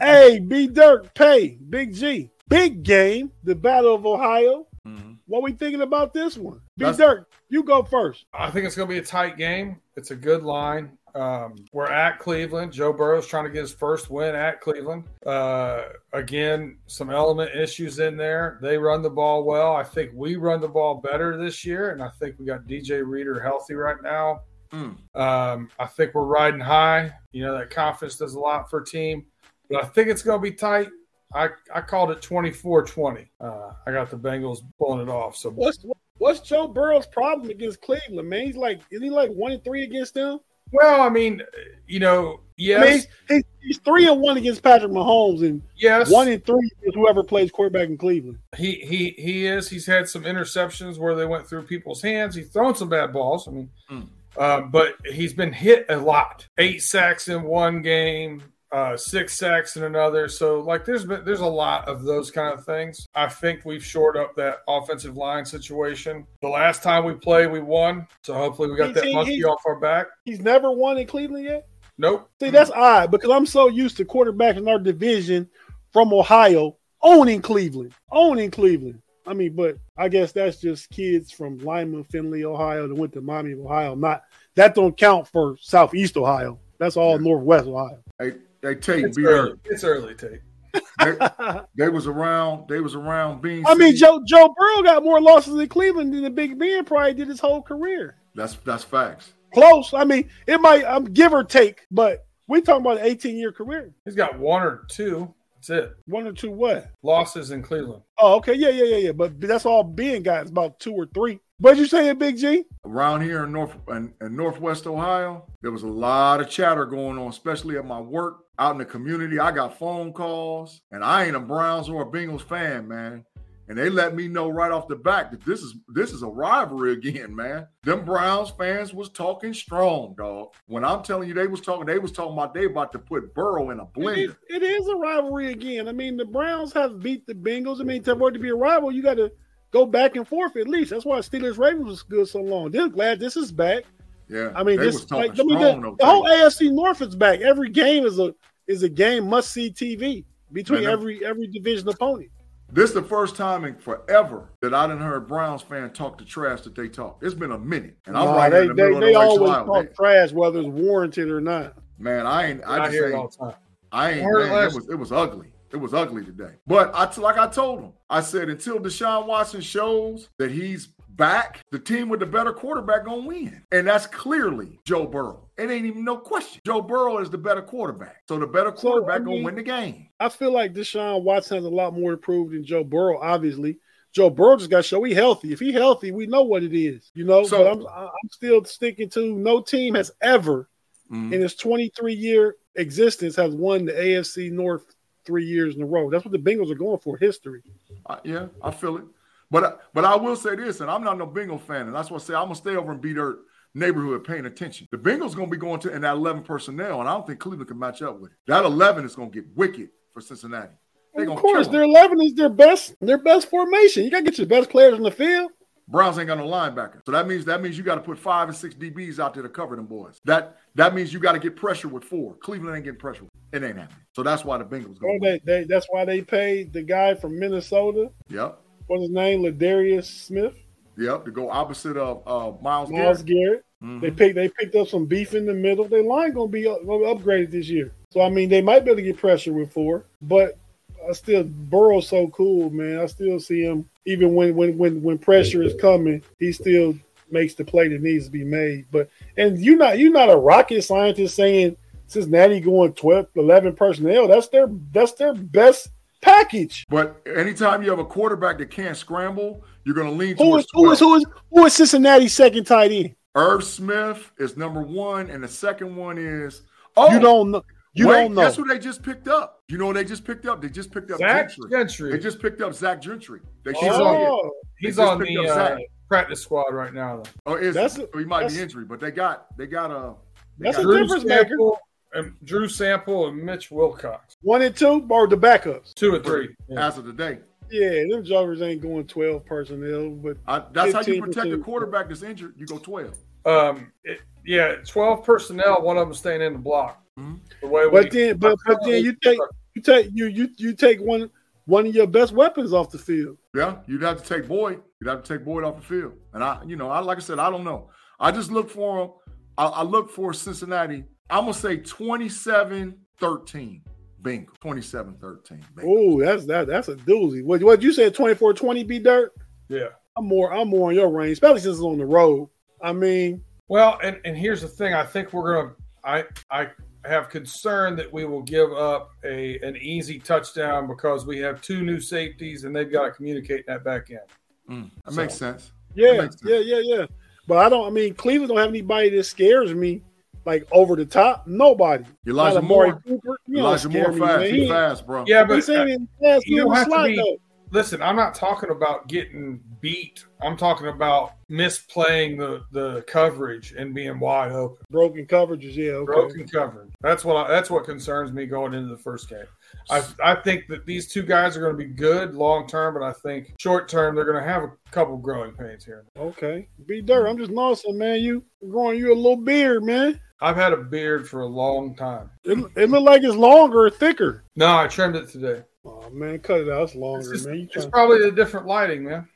S7: hey, B Dirt, Pay, Big G, big game, the Battle of Ohio.
S5: Mm-hmm.
S7: What we thinking about this one? B
S6: That's-
S7: Dirt, you go first.
S5: I think it's going to be a tight game. It's a good line. Um, we're at Cleveland. Joe Burrow's trying to get his first win at Cleveland. Uh, again, some element issues in there. They run the ball well. I think we run the ball better this year, and I think we got DJ Reader healthy right now.
S6: Mm.
S5: Um, I think we're riding high. You know that confidence does a lot for a team, but I think it's going to be tight. I, I called it 24-20. Uh, I got the Bengals pulling it off. So
S7: What's what's Joe Burrow's problem against Cleveland, man? He's like, is he like one and three against them?
S5: Well, I mean, you know, yes,
S7: I mean, he's, he's, he's three and one against Patrick Mahomes, and
S5: yes,
S7: one and three is whoever plays quarterback in Cleveland.
S5: he he he is. He's had some interceptions where they went through people's hands. He's thrown some bad balls. I mean,
S6: Mm.
S5: uh, but he's been hit a lot. Eight sacks in one game. uh, six sacks in another. So like there's been there's a lot of those kind of things. I think we've shored up that offensive line situation. The last time we played, we won. So hopefully we got
S7: He's-
S5: that
S7: he-
S5: monkey
S7: he's-
S5: off our back.
S7: He's never won in Cleveland yet.
S5: Nope.
S7: See, that's odd because I'm so used to quarterbacks in our division from Ohio owning Cleveland, owning Cleveland. I mean, but I guess that's just kids from Lyman, Findlay, Ohio that went to Miami, Ohio. Not that don't count for Southeast Ohio. That's all Northwest Ohio.
S6: Hey, hey, Tate,
S5: It's
S6: be
S5: early. It's early, Tate.
S6: They, they was around. They was around. Bean.
S7: I mean,
S6: City.
S7: Joe Joe Burrow got more losses in Cleveland than the Big Ben probably did his whole career.
S6: That's that's facts.
S7: Close. I mean, it might I'm give or take, but we talking about an 18 year career.
S5: He's got one or two. That's it.
S7: One or two what?
S5: Losses in Cleveland.
S7: Oh, okay. Yeah, yeah, yeah, yeah. But that's all Ben got is about two or three. But you saying Big G?
S6: Around here in North in, in Northwest Ohio, there was a lot of chatter going on, especially at my work, out in the community. I got phone calls, and I ain't a Browns or a Bengals fan, man. And they let me know right off the back that this is this is a rivalry again, man. Them Browns fans was talking strong, dog. When I'm telling you, they was talking, they was talking about they about to put Burrow in a
S7: It is,
S6: blender.
S7: it is a rivalry again. I mean, the Browns have beat the Bengals. I mean, to- for it to be a rival, you got to go back and forth at least. That's why Steelers Ravens was good so long. They're glad this is back.
S6: Yeah,
S7: I mean,
S6: they
S7: this
S6: was talking
S7: like I mean,
S6: strong,
S7: the,
S6: though,
S7: the whole
S6: Tate.
S7: AFC North is back. Every game is a is a game must see TV between
S6: Man, that-
S7: every every division opponent.
S6: This the first time in forever that I didn't heard Browns fan talk the trash that they talk. It's been a minute, and I'm
S7: Nah,
S6: right
S7: they
S6: here in the
S7: they,
S6: middle
S7: they
S6: of the
S7: always
S6: white
S7: talk
S6: cloud.
S7: trash whether it's warranted or not.
S6: Man, I ain't.
S5: I,
S6: I just
S5: hear it
S6: ain't.
S5: all the time.
S6: I ain't.
S5: Heard it
S6: Man,
S5: last-
S6: it was. It was ugly. It was ugly today. But I t- like I told him. I said until Deshaun Watson shows that he's back, the team with the better quarterback gonna win, and that's clearly Joe Burrow. It ain't even no question. Joe Burrow is the better quarterback, so the better
S7: So, I
S6: quarterback
S7: mean-
S6: gonna win the game.
S7: I feel like Deshaun Watson has a lot more to prove than Joe Burrow. Obviously, Joe Burrow just got to show he healthy. If he healthy, we know what it is, you know.
S6: So-
S7: but I'm I- I'm still sticking to no team has ever
S6: Mhm.
S7: in its 23 year existence has won the AFC North three years in a row. That's what the Bengals are going for. History.
S6: I, yeah, I feel it. But I- but I will say this, and I'm not no Bengal fan, and that's why I say I'm gonna stay over in B Dirt neighborhood paying attention. The Bengals gonna be going to in that 11 personnel, and I don't think Cleveland can match up with it. That 11 is gonna get wicked for Cincinnati. They
S7: of
S6: gonna
S7: course,
S6: kill
S7: their
S6: 'em.
S7: 11 is their best. Their best formation. You got to get your best players on the field.
S6: Browns ain't got no linebacker, so that means that means you got to put five and six DBs out there to cover them boys. That that means you got to get pressure with four. Cleveland ain't getting pressure. It ain't happening. So that's why the Bengals
S7: Bro,
S6: going.
S7: they, they, that's why they paid the guy from Minnesota.
S6: Yep,
S7: What's his name? Ladarius Smith.
S6: yep. To go opposite of uh, Miles.
S7: Miles
S6: Garrett.
S7: Garrett.
S6: Mhm.
S7: They picked they picked up some beef in the middle. Their line gonna be, up- gonna be upgraded this year. So I mean they might be able to get pressure with four, but I still Burrow's so cool, man. I still see him even when when when when pressure is coming, he still makes the play that needs to be made. But and you're not you're not a rocket scientist saying Cincinnati going 12, 11 personnel. That's their that's their best package.
S6: But anytime you have a quarterback that can't scramble, you're going to lean
S7: Who
S6: towards
S7: is who is
S6: 12.
S7: who is who is Cincinnati's second tight end?
S6: Irv Smith is number one, and the second one is oh,
S7: you don't know. You
S6: wait,
S7: don't know.
S6: Guess who they just picked up? You know what they just picked up? They just picked up
S5: Zach
S6: Gentry. They
S5: Gentry.
S6: just picked up Zach Gentry. They
S5: Oh.
S6: should oh,
S5: He's
S6: they just
S5: on
S6: picked
S5: the
S6: up
S5: uh,
S6: Zach.
S5: practice squad right now, though.
S6: oh is
S7: That's-
S6: he? Oh, he might be
S7: that's-
S6: injury, but they got they got uh, a
S7: That's a
S6: Drew
S7: difference maker.
S5: and Drew Sample and Mitch Wilcox.
S7: One and two, or the backups.
S5: Two or three. Yeah.
S6: as of today.
S7: Yeah, them joggers ain't going twelve personnel, but
S6: I, that's how
S7: 15
S6: you protect a
S7: percent.
S6: quarterback that's injured. You go twelve.
S5: Um, it, yeah, 12 personnel, one of them staying in the block.
S6: Mhm.
S5: The way we,
S7: Mm-hmm. but then but, but then you take you take you you you take one one of your best weapons off the field.
S6: Yeah, you'd have to take Boyd. You'd have to take Boyd off the field. And I, you know, I like I said, I don't know. I just look for him. I, I look for Cincinnati. I'm gonna say 27-13. Bingo. 27-13. Bingo.
S7: Oh, that's that that's a doozy. What what you said 24-20 be dirt?
S5: Yeah.
S7: I'm more I'm more on your range, especially since it's on the road. I mean,
S5: Well, and, and here's the thing. I think we're gonna. I I have concern that we will give up a an easy touchdown because we have two new safeties and they've got to communicate that back end.
S6: Mm, that makes sense.
S7: yeah,
S6: makes sense.
S7: yeah, yeah, yeah. But I don't I mean Cleveland don't have anybody that scares me like over the top. Nobody.
S6: Elijah
S7: Not Amari
S6: Moore.
S7: Cooper. He don't
S6: Elijah
S7: scare
S6: Moore
S7: me,
S6: fast.
S7: man.
S6: He
S7: He-
S6: fast, bro.
S5: Yeah,
S7: He's
S5: but
S7: in
S5: uh,
S7: the last
S5: you
S7: little
S5: have to
S7: slot
S5: be-
S7: though.
S5: listen, I'm not talking about getting beat. I'm talking about misplaying the the coverage and being wide open,
S7: Broken coverages, yeah. Okay.
S5: broken coverage. That's what I, that's what concerns me going into the first game. I I think that these two guys are going to be good long term, but I think short term they're going to have a couple growing pains here.
S7: Okay. Be dirt. I'm just noticing, man. You growing you a little beard, man.
S5: I've had a beard for a long time.
S7: It, it look like it's longer or thicker.
S5: No, I trimmed it today.
S7: Oh man, cut it out. It's
S5: It's,
S7: longer,
S5: just-
S7: man. You
S5: it's
S7: trying,
S5: probably the different lighting, man.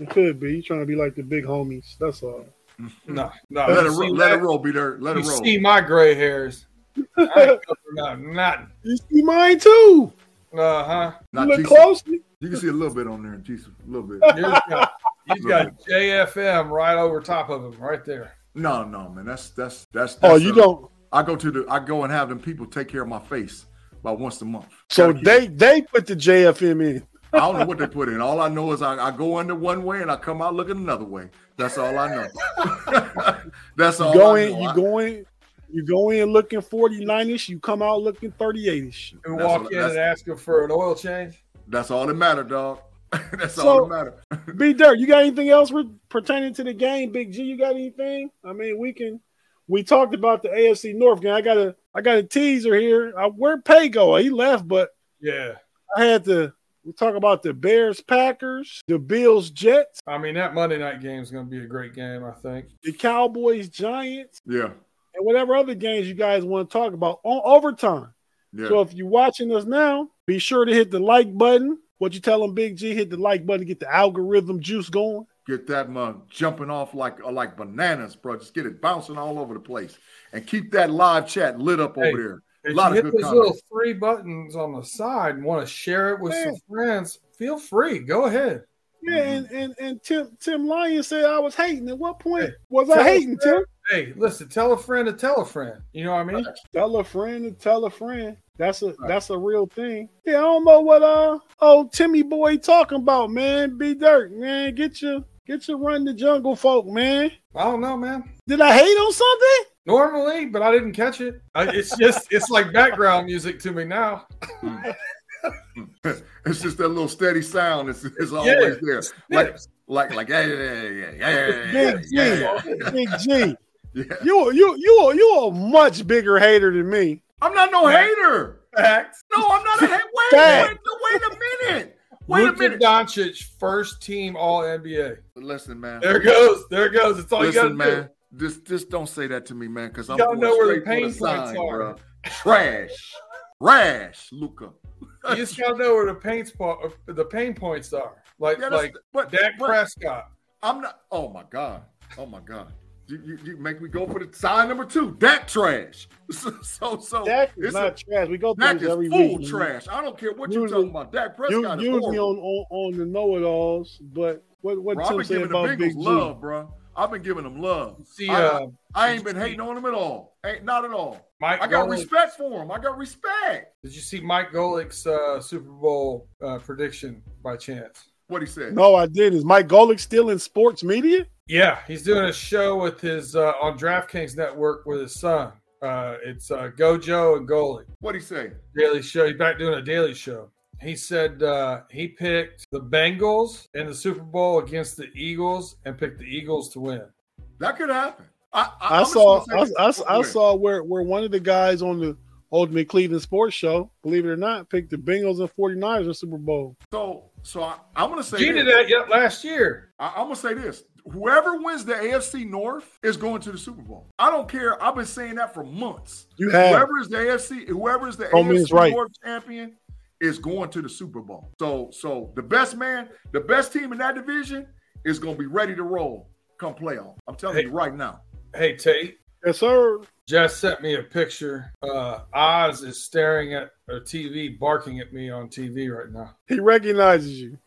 S7: it could be. You trying to be like the big homies. That's all. Hmm.
S5: No, no.
S6: Let it
S5: you see
S6: roll. Let
S5: that?
S6: it roll, be there. Let
S5: You
S6: it roll.
S5: see my gray hairs. I ain't covering up nothing.
S7: You see mine too.
S5: Uh huh.
S7: You
S6: Not
S7: look
S6: Jesus.
S7: closely.
S6: You can see a little bit on there, Jesus, a little bit.
S5: You've got, you've got JFM right over top of him, right there.
S6: No, no, man. That's that's that's.
S7: Oh,
S6: that's
S7: you
S6: a-
S7: don't.
S6: I go to the. I go and have them people take care of my face about once a month.
S7: So
S6: Gotta keep-
S7: they they put the JFM in.
S6: I don't know what they put in. All I know is I, I go under one way and I come out looking another way. That's all I know. that's all.
S7: You go
S6: I
S7: in,
S6: know.
S7: you
S6: I-
S7: go in, you go in looking 49ish, you come out looking 38ish.
S5: And
S6: That's
S5: walk
S6: what-
S5: in
S6: that's-
S5: and ask him for an oil change.
S6: That's all that matter, dog. that's
S7: So-
S6: all that matter.
S7: B Dirt, you got anything else re- pertaining to the game? Big G, you got anything? I mean, we can we talked about the AFC North game. I got a I got a teaser here. I, where'd Pay go? He left, but
S5: Yeah.
S7: I had to we talk about the Bears Packers, the Bills Jets,
S5: I mean, that Monday night game is going to be a great game, I think.
S7: the Cowboys Giants,
S6: Yeah,
S7: and whatever other games you guys want to talk about on overtime.
S6: yeah.
S7: So if you're watching us now, be sure to hit the like button. What you tell them, Big G, hit the like button, get the algorithm juice going.
S6: Get that mug jumping off like uh, like bananas, bro. Just get it bouncing all over the place and keep that live chat lit up
S5: Hey,
S6: over there.
S5: If
S6: Lot
S5: you hit
S6: of good
S5: those
S6: comments.
S5: little three buttons on the side and want to share it with some friends, feel free. Go ahead.
S7: Yeah, and, and and Tim Tim Lyon said I was hating. At what point
S5: Hey,
S7: was
S5: tell
S7: I
S5: a
S7: hating, Tim?
S5: friend- Hey, listen, tell a friend to tell a friend. You know what I mean?
S7: Tell a friend and tell a friend. That's a that's a real thing. Yeah, I don't know what uh old Timmy boy talking about, man. Be dirt, man. Get your get your run the jungle folk, man.
S5: I don't know, man.
S7: Did I hate on something?
S5: Normally, but I didn't catch it. I, it's just it's like background music to me now.
S6: It's just that little steady sound. It's, it's
S5: Yeah.
S6: always there. Like like like yeah yeah yeah yeah yeah
S7: Big G,
S6: yeah, yeah.
S7: Big G.
S6: Yeah.
S7: You you you are- you are a much bigger hater than me.
S6: I'm not no hater.
S5: Facts.
S6: No, I'm not a hater. Wait,
S7: Fact.
S6: wait, wait a minute. Wait a
S5: Luka
S6: minute.
S5: Doncic, first team All NBA.
S6: Listen, man.
S5: There it goes. There it goes. It's all
S6: Listen,
S5: you gotta
S6: man. Just just don't say that to me, man, because I'm
S5: You gotta
S6: going
S5: know where the
S6: straight for
S5: pain points
S6: sign,
S5: are.
S6: bruh. Trash, rash, Luca.
S5: do. You just gotta know where the pain spot, the pain points are. Like
S6: Yeah, that's-
S5: like
S6: but-
S5: Dak
S6: but-
S5: Prescott.
S6: I'm not. Oh my god. Oh my god. You, you, you make me go for the sign number two. That trash. So so, so
S7: Dak
S6: it's
S7: is
S6: a-
S7: not trash. We go through
S6: Dak
S7: this every
S6: is full
S7: week.
S6: trash. I don't care what you're
S7: Usually-
S6: talking about. Dak
S7: You,
S6: Prescott is
S7: usually
S6: horrible.
S7: on, on on the know it alls, but what what
S6: Bro, I've
S7: Tim
S6: been
S7: said
S6: giving the
S7: about Big
S6: Bengals
S7: G?
S6: love, bro. I've been giving them love.
S5: See,
S6: I,
S5: uh,
S6: I ain't been hating on them at all. Ain't not at all.
S5: Mike
S6: I got
S5: Golick-
S6: respect for them. I got respect.
S5: Did you see Mike Golick's uh, Super Bowl uh, prediction by chance?
S6: What he said.
S7: No, I did. Is Mike Golick still in sports media?
S5: Yeah, he's doing a show with his uh, on DraftKings Network with his son. Uh, it's uh, Gojo and Golick.
S6: What he say?
S5: Daily Show. He's back doing a Daily Show. He said uh, he picked the Bengals in the Super Bowl against the Eagles and picked the Eagles to win.
S6: That could happen. I, I,
S7: I,
S6: I'm just
S7: saw
S6: gonna
S7: I,
S6: say-
S7: I, I
S6: Wait.
S7: saw where where one of the guys on the Ultimate Cleveland Sports Show, believe it or not, picked the Bengals and 49ers in the Super Bowl.
S6: So so I, I'm gonna say
S5: He did
S6: this.
S5: that yet last year.
S6: I, I'm gonna say this. Whoever wins the AFC North is going to the Super Bowl. I don't care. I've been saying that for months.
S7: You have.
S6: whoever is the AFC, whoever is the
S7: Roman is
S6: AFC
S7: right.
S6: North champion is going to the Super Bowl. So so the best man, the best team in that division is gonna be ready to roll come playoff. I'm telling
S5: Hey.
S6: you right now.
S5: Hey Tate,
S7: Yes, sir.
S5: Jess sent me a picture. Uh, Oz is staring at a TV, barking at me on TV right now.
S7: He recognizes you.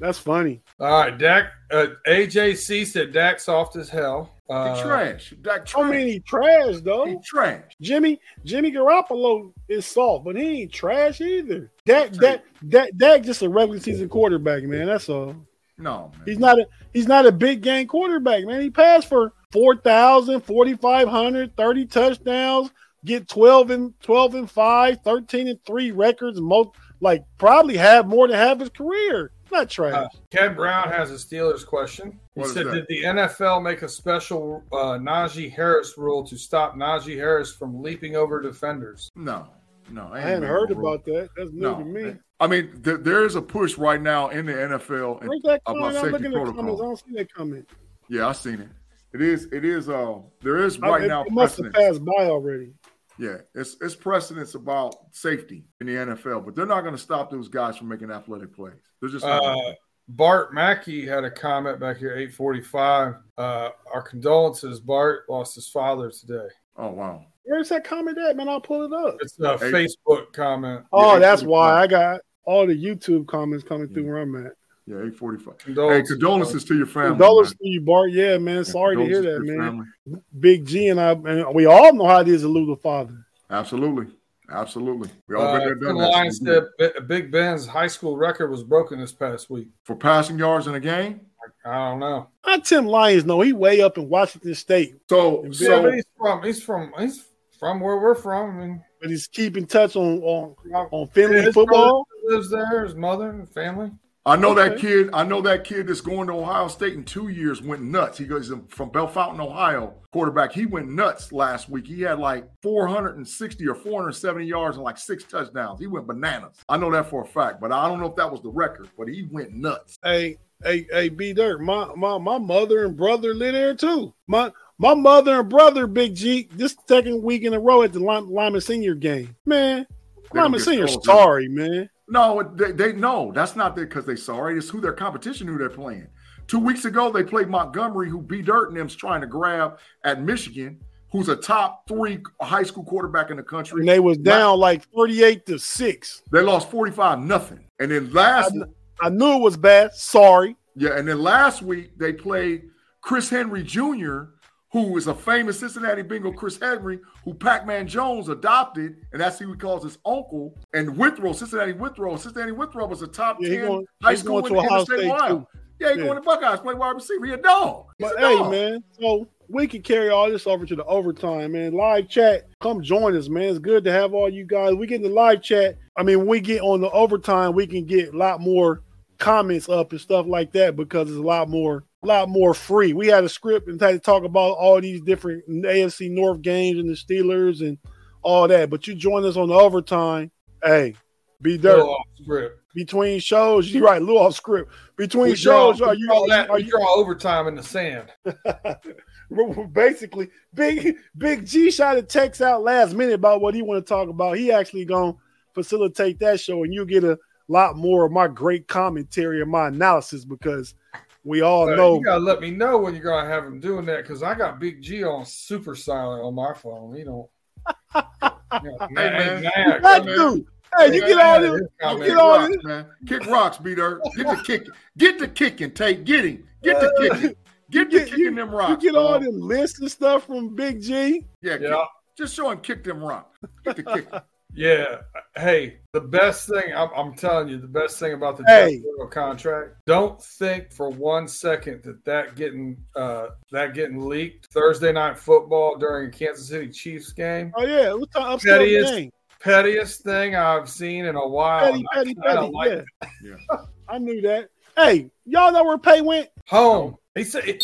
S7: That's funny.
S5: All right, Dak. Uh, AJC said Dak soft as hell.
S6: He
S5: Uh,
S6: trash. Dak
S7: I
S6: trash.
S7: mean, he trash
S6: he
S7: though.
S6: trash.
S7: Jimmy Jimmy Garoppolo is soft, but he ain't trash either. Dak Dak Dak Dak just a regular season quarterback, man. That's all.
S6: No man.
S7: He's not a he's not a big game quarterback, man. He passed for 4,000, 4,500, 30 touchdowns, get 12 and 12 and 5, 13 and 3 records, most like probably have more than half his career. not
S6: Uh,
S7: trash.
S5: Ken Brown has a Steelers question. He
S6: What is
S5: said,
S6: that?
S5: "Did the NFL make a special uh, Najee Harris rule to stop Najee Harris from leaping over defenders?"
S6: No, no,
S7: I hadn't heard about that. That's new
S6: No,
S7: to me.
S6: I mean, th- there is a push right now in the NFL
S7: Where's
S6: and
S7: that
S6: about
S7: comment? I'm
S6: safety
S7: looking at the comments. I
S6: protocol.
S7: don't see that comment.
S6: Yeah, I seen it. It is. It is. Uh, there is
S7: I-
S6: right
S7: it,
S6: now
S7: it must have
S6: precedent.
S7: passed by already.
S6: Yeah, it's it's precedence about safety in the NFL, but they're not going to stop those guys from making athletic plays. They're just not gonna.
S5: Uh, Bart Mackey had a comment back here, eight forty-five. Uh, our condolences. Bart lost his father today.
S6: oh wow.
S7: Where's that comment at, man? I'll pull it up.
S5: It's a
S6: Hey.
S5: Facebook comment.
S7: Oh,
S6: Yeah,
S7: that's
S6: it's-
S7: why I got all the YouTube comments coming through where I'm at.
S6: Yeah, eight forty-five. Hey,
S5: Condolences.
S6: condolences to your family.
S7: uh, Condolences
S6: man.
S7: to you, Bart. Yeah, man.
S6: Yeah,
S7: Sorry to hear
S6: condolences
S7: that,
S6: your
S7: man.
S6: family.
S7: Big G and I, and we all know how it is to lose a father.
S6: Absolutely, absolutely. We all
S5: Uh,
S6: been there,
S5: Tim
S6: done that.
S5: Lyons said B- Big Ben's high school record was broken this past week.
S6: for passing yards in a game.
S5: I don't know.
S7: I Tim Lyons know he way up in Washington State,
S6: So,
S7: And
S5: Yeah,
S6: so
S5: but he's from he's from he's from where we're from. I mean,
S7: but he's keeping touch on on,
S5: my-
S7: on Finley
S5: his
S7: football.
S5: brother lives there. His mother, and family.
S6: I know that
S7: Okay.
S6: kid. I know that kid that's going to Ohio State in two years went nuts. He goes um, from Bellefontaine, Ohio, quarterback. He went nuts last week. He had like 460 or 470 yards and like six touchdowns. He went bananas. I know that for a fact, but I don't know if that was the record. But he went nuts.
S7: Hey, hey, hey, B Dirt. My my my mother and brother live there too. My my mother and brother, Big G, this second week in a row at the Lym- Lyman Senior game. Man,
S6: They don't
S7: Lyman
S6: get
S7: Senior,
S6: sold, do
S7: sorry, man.
S6: No, they, they no. That's not because they sorry. It's who their competition, who they're playing. Two weeks ago, they played Montgomery, who B. Dirt and them's trying to grab at Michigan, who's a top three high school quarterback in the country.
S7: And they was down like thirty-eight to six.
S6: They lost 45 nothing. And then last
S7: I knew it was bad. Sorry.
S6: yeah, and then last week they played Chris Henry Jr., who is a famous Cincinnati Bengal Chris Henry, who Pac-Man Jones adopted, and that's who he calls his uncle. And Withrow, Cincinnati Withrow. Cincinnati Withrow was a top
S7: Yeah, he
S6: 10
S7: going-
S6: high
S7: he's
S6: school
S7: going to
S6: in the in the
S7: Ohio
S6: state
S7: State,
S6: wild. Yeah, he
S7: Yeah.
S6: going to Buckeyes, play wide receiver. He a dog. He's
S7: But
S6: a
S7: hey,
S6: dog.
S7: man, so we can carry all this over to the overtime, man. Live chat, come join us, man. It's good to have all you guys. We get in the live chat. I mean, when we get on the overtime, we can get a lot more comments up and stuff like that because it's a lot more, a lot more free. We had a script and had to talk about all these different AFC North games and the Steelers and all that. But you join us on the overtime, hey. Be dirt
S5: Little off script.
S7: between shows. You're right, a little off script. Between
S5: We draw-
S7: shows,
S5: we
S7: are you,
S5: draw that-
S7: are
S5: we
S7: you
S5: draw overtime in the sand?
S7: basically big big g shot a text out last minute about what he want to talk about he actually gonna facilitate that show and you get a lot more of my great commentary and my analysis because we all
S5: Uh,
S7: know
S5: You gotta let me know when you're gonna have him doing that because I got Big G on super silent on my phone. He don't. Yeah,
S6: man.
S5: nah, nah,
S7: Not
S5: nah.
S7: you. hey you get all this
S5: Yeah, man.
S7: you get
S6: Kick
S7: all
S6: rocks,
S7: this
S6: man. Kick rocks, B. Dirt. Get the kick. Get the kicking, Tate. Get him. Get the kicking. Get the
S7: you,
S6: kicking
S7: you-
S6: them
S7: you
S6: rocks.
S7: get all
S6: dog.
S7: them lists and stuff from big g
S6: Yeah, kick-
S5: Yeah.
S6: just show him kick them rocks. Get the kick.
S5: Yeah. Hey, the best thing I'm, I'm telling you, the best thing about the
S7: Hey.
S5: Jeff Burrow contract. Don't think for one second that that getting uh, that getting leaked Thursday night football during a Kansas City Chiefs game.
S7: oh yeah it was time upstairs
S5: Pettiest-
S7: game
S5: Pettiest thing I've seen in a while.
S7: petty
S5: and I
S7: petty
S5: kinda
S7: petty
S5: like
S7: yeah.
S6: Yeah.
S7: i knew that hey y'all know where pay went
S5: Home. He said.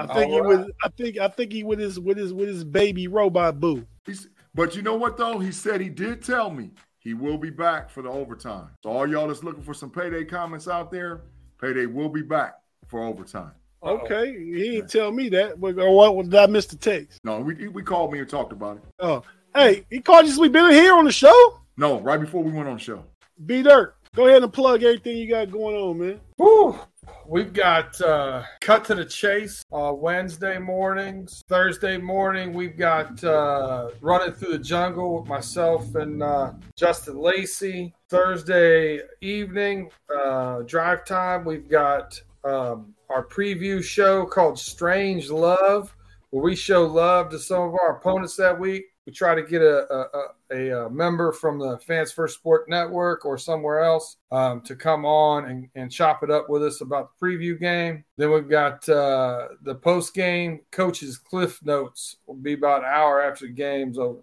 S7: I think he
S5: All
S7: was. I think. I think he with his with his with his baby robot boo.
S6: He's, but you know what though? He said he did tell me he will be back for the overtime. So all y'all that's looking for some payday comments out there, payday will be back for overtime.
S7: Okay, he didn't tell me that. But or what did I miss the text?
S6: No, we we called me and talked about it.
S7: Oh, hey, he called you. We've been here on the show.
S6: No, right before we went on the show.
S7: B Dirt, go ahead and plug everything you got going on, man.
S5: Whew. We've got uh, Cut to the Chase uh, Wednesday mornings. Thursday morning, we've got uh, Running Through the Jungle with myself and uh, Justin Lacey. Thursday evening, uh, drive time, we've got um, our preview show called Strange Love, where we show love to some of our opponents that week. We try to get a, a, a, a uh, member from the Fans First Sport Network or somewhere else um, to come on and, and chop it up with us about the preview game. Then we've got uh, the post game coaches' cliff notes will be about an hour after the game's over.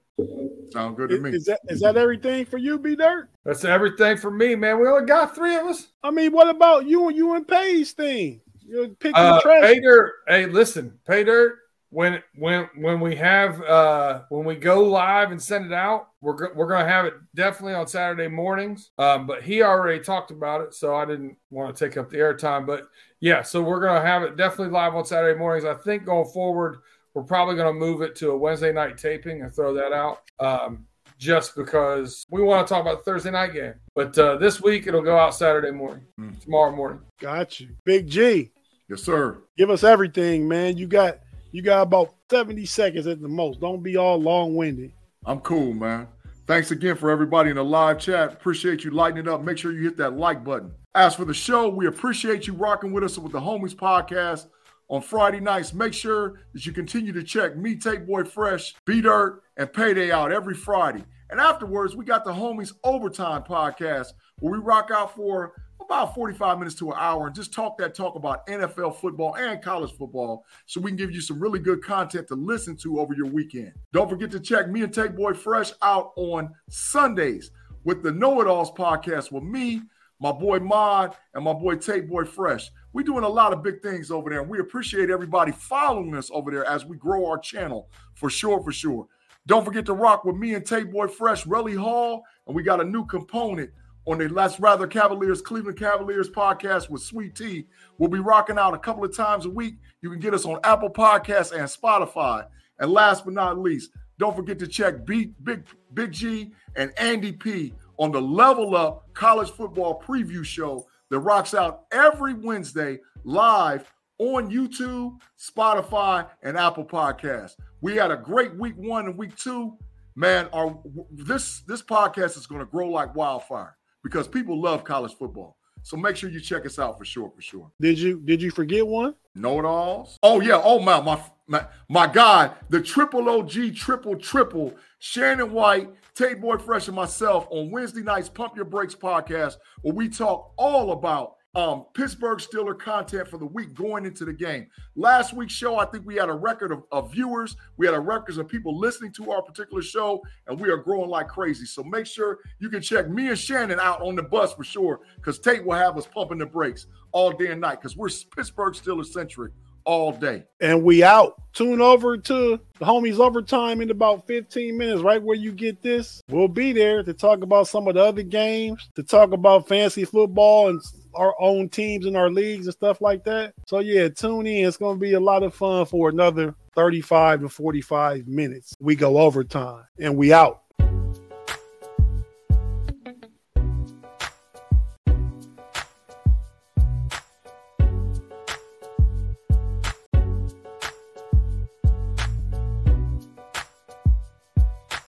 S6: Sound good to me.
S7: Is, is that is that everything for you, B Dirt?
S5: That's everything for me, man. We only got three of us.
S7: I mean, what about you and you and Paige thing? You're picking
S5: Uh,
S7: trash.
S5: pay dirt. Hey, listen, pay dirt. When when when we have uh, when we go live and send it out, we're go- we're gonna have it definitely on Saturday mornings. Um, but he already talked about it, so I didn't want to take up the airtime. But yeah, so we're gonna have it definitely live on Saturday mornings. I think going forward, we're probably gonna move it to a Wednesday night taping and throw that out. Um, just because we want to talk about the Thursday night game, but uh, this week it'll go out Saturday morning, tomorrow morning.
S7: Got you, Big G.
S6: Yes, sir.
S7: Give us everything, man. You got you got about seventy seconds at the most. Don't be all long winded.
S6: I'm cool, man. Thanks again for everybody in the live chat. Appreciate you lighting it up. Make sure you hit that like button. As for the show, we appreciate you rocking with us with the Homies Podcast on Friday nights. Make sure that you continue to check me, Tape Boy Fresh, B Dirt, and Payday out every Friday. And afterwards, we got the Homies Overtime Podcast where we rock out for about 45 minutes to an hour and just talk that talk about NFL football and college football so we can give you some really good content to listen to over your weekend. Don't forget to check me and Take Boy Fresh out on Sundays with the Know It Alls podcast with me, my boy Mod, and my boy Take Boy Fresh. We're doing a lot of big things over there, and we appreciate everybody following us over there as we grow our channel for sure, for sure. Don't forget to rock with me and Tate Boy Fresh, Relly Hall, and we got a new component on the Let's Rather Cavaliers, Cleveland Cavaliers podcast with Sweet Tea. We'll be rocking out a couple of times a week. You can get us on Apple Podcasts and Spotify. And last but not least, don't forget to check B, Big Big G and Andy P on the Level Up College Football Preview Show that rocks out every Wednesday live on YouTube, Spotify, and Apple Podcasts. We had a great week one and week two. Man, our w- this this podcast is going to grow like wildfire because people love college football. So make sure you check us out for sure, for sure.
S7: Did you did you forget one?
S6: Know it alls. Oh yeah. Oh my my my, my God. The triple OG triple triple Shannon White, Tate Boy Fresh, and myself on Wednesday nights Pump Your Brakes podcast, where we talk all about um, Pittsburgh Steeler content for the week going into the game. Last week's show, I think we had a record of, of viewers. We had a record of people listening to our particular show, and we are growing like crazy. So make sure you can check me and Shannon out on the bus for sure, because Tate will have us pumping the brakes all day and night, because we're Pittsburgh Steelers centric all day.
S7: And we out. Tune over to the homies overtime in about 15 minutes, right where you get this. We'll be there to talk about some of the other games, to talk about fancy football and our own teams and our leagues and stuff like that. So yeah, tune in. It's gonna be a lot of fun for another 35 to 45 minutes. We go overtime and we out.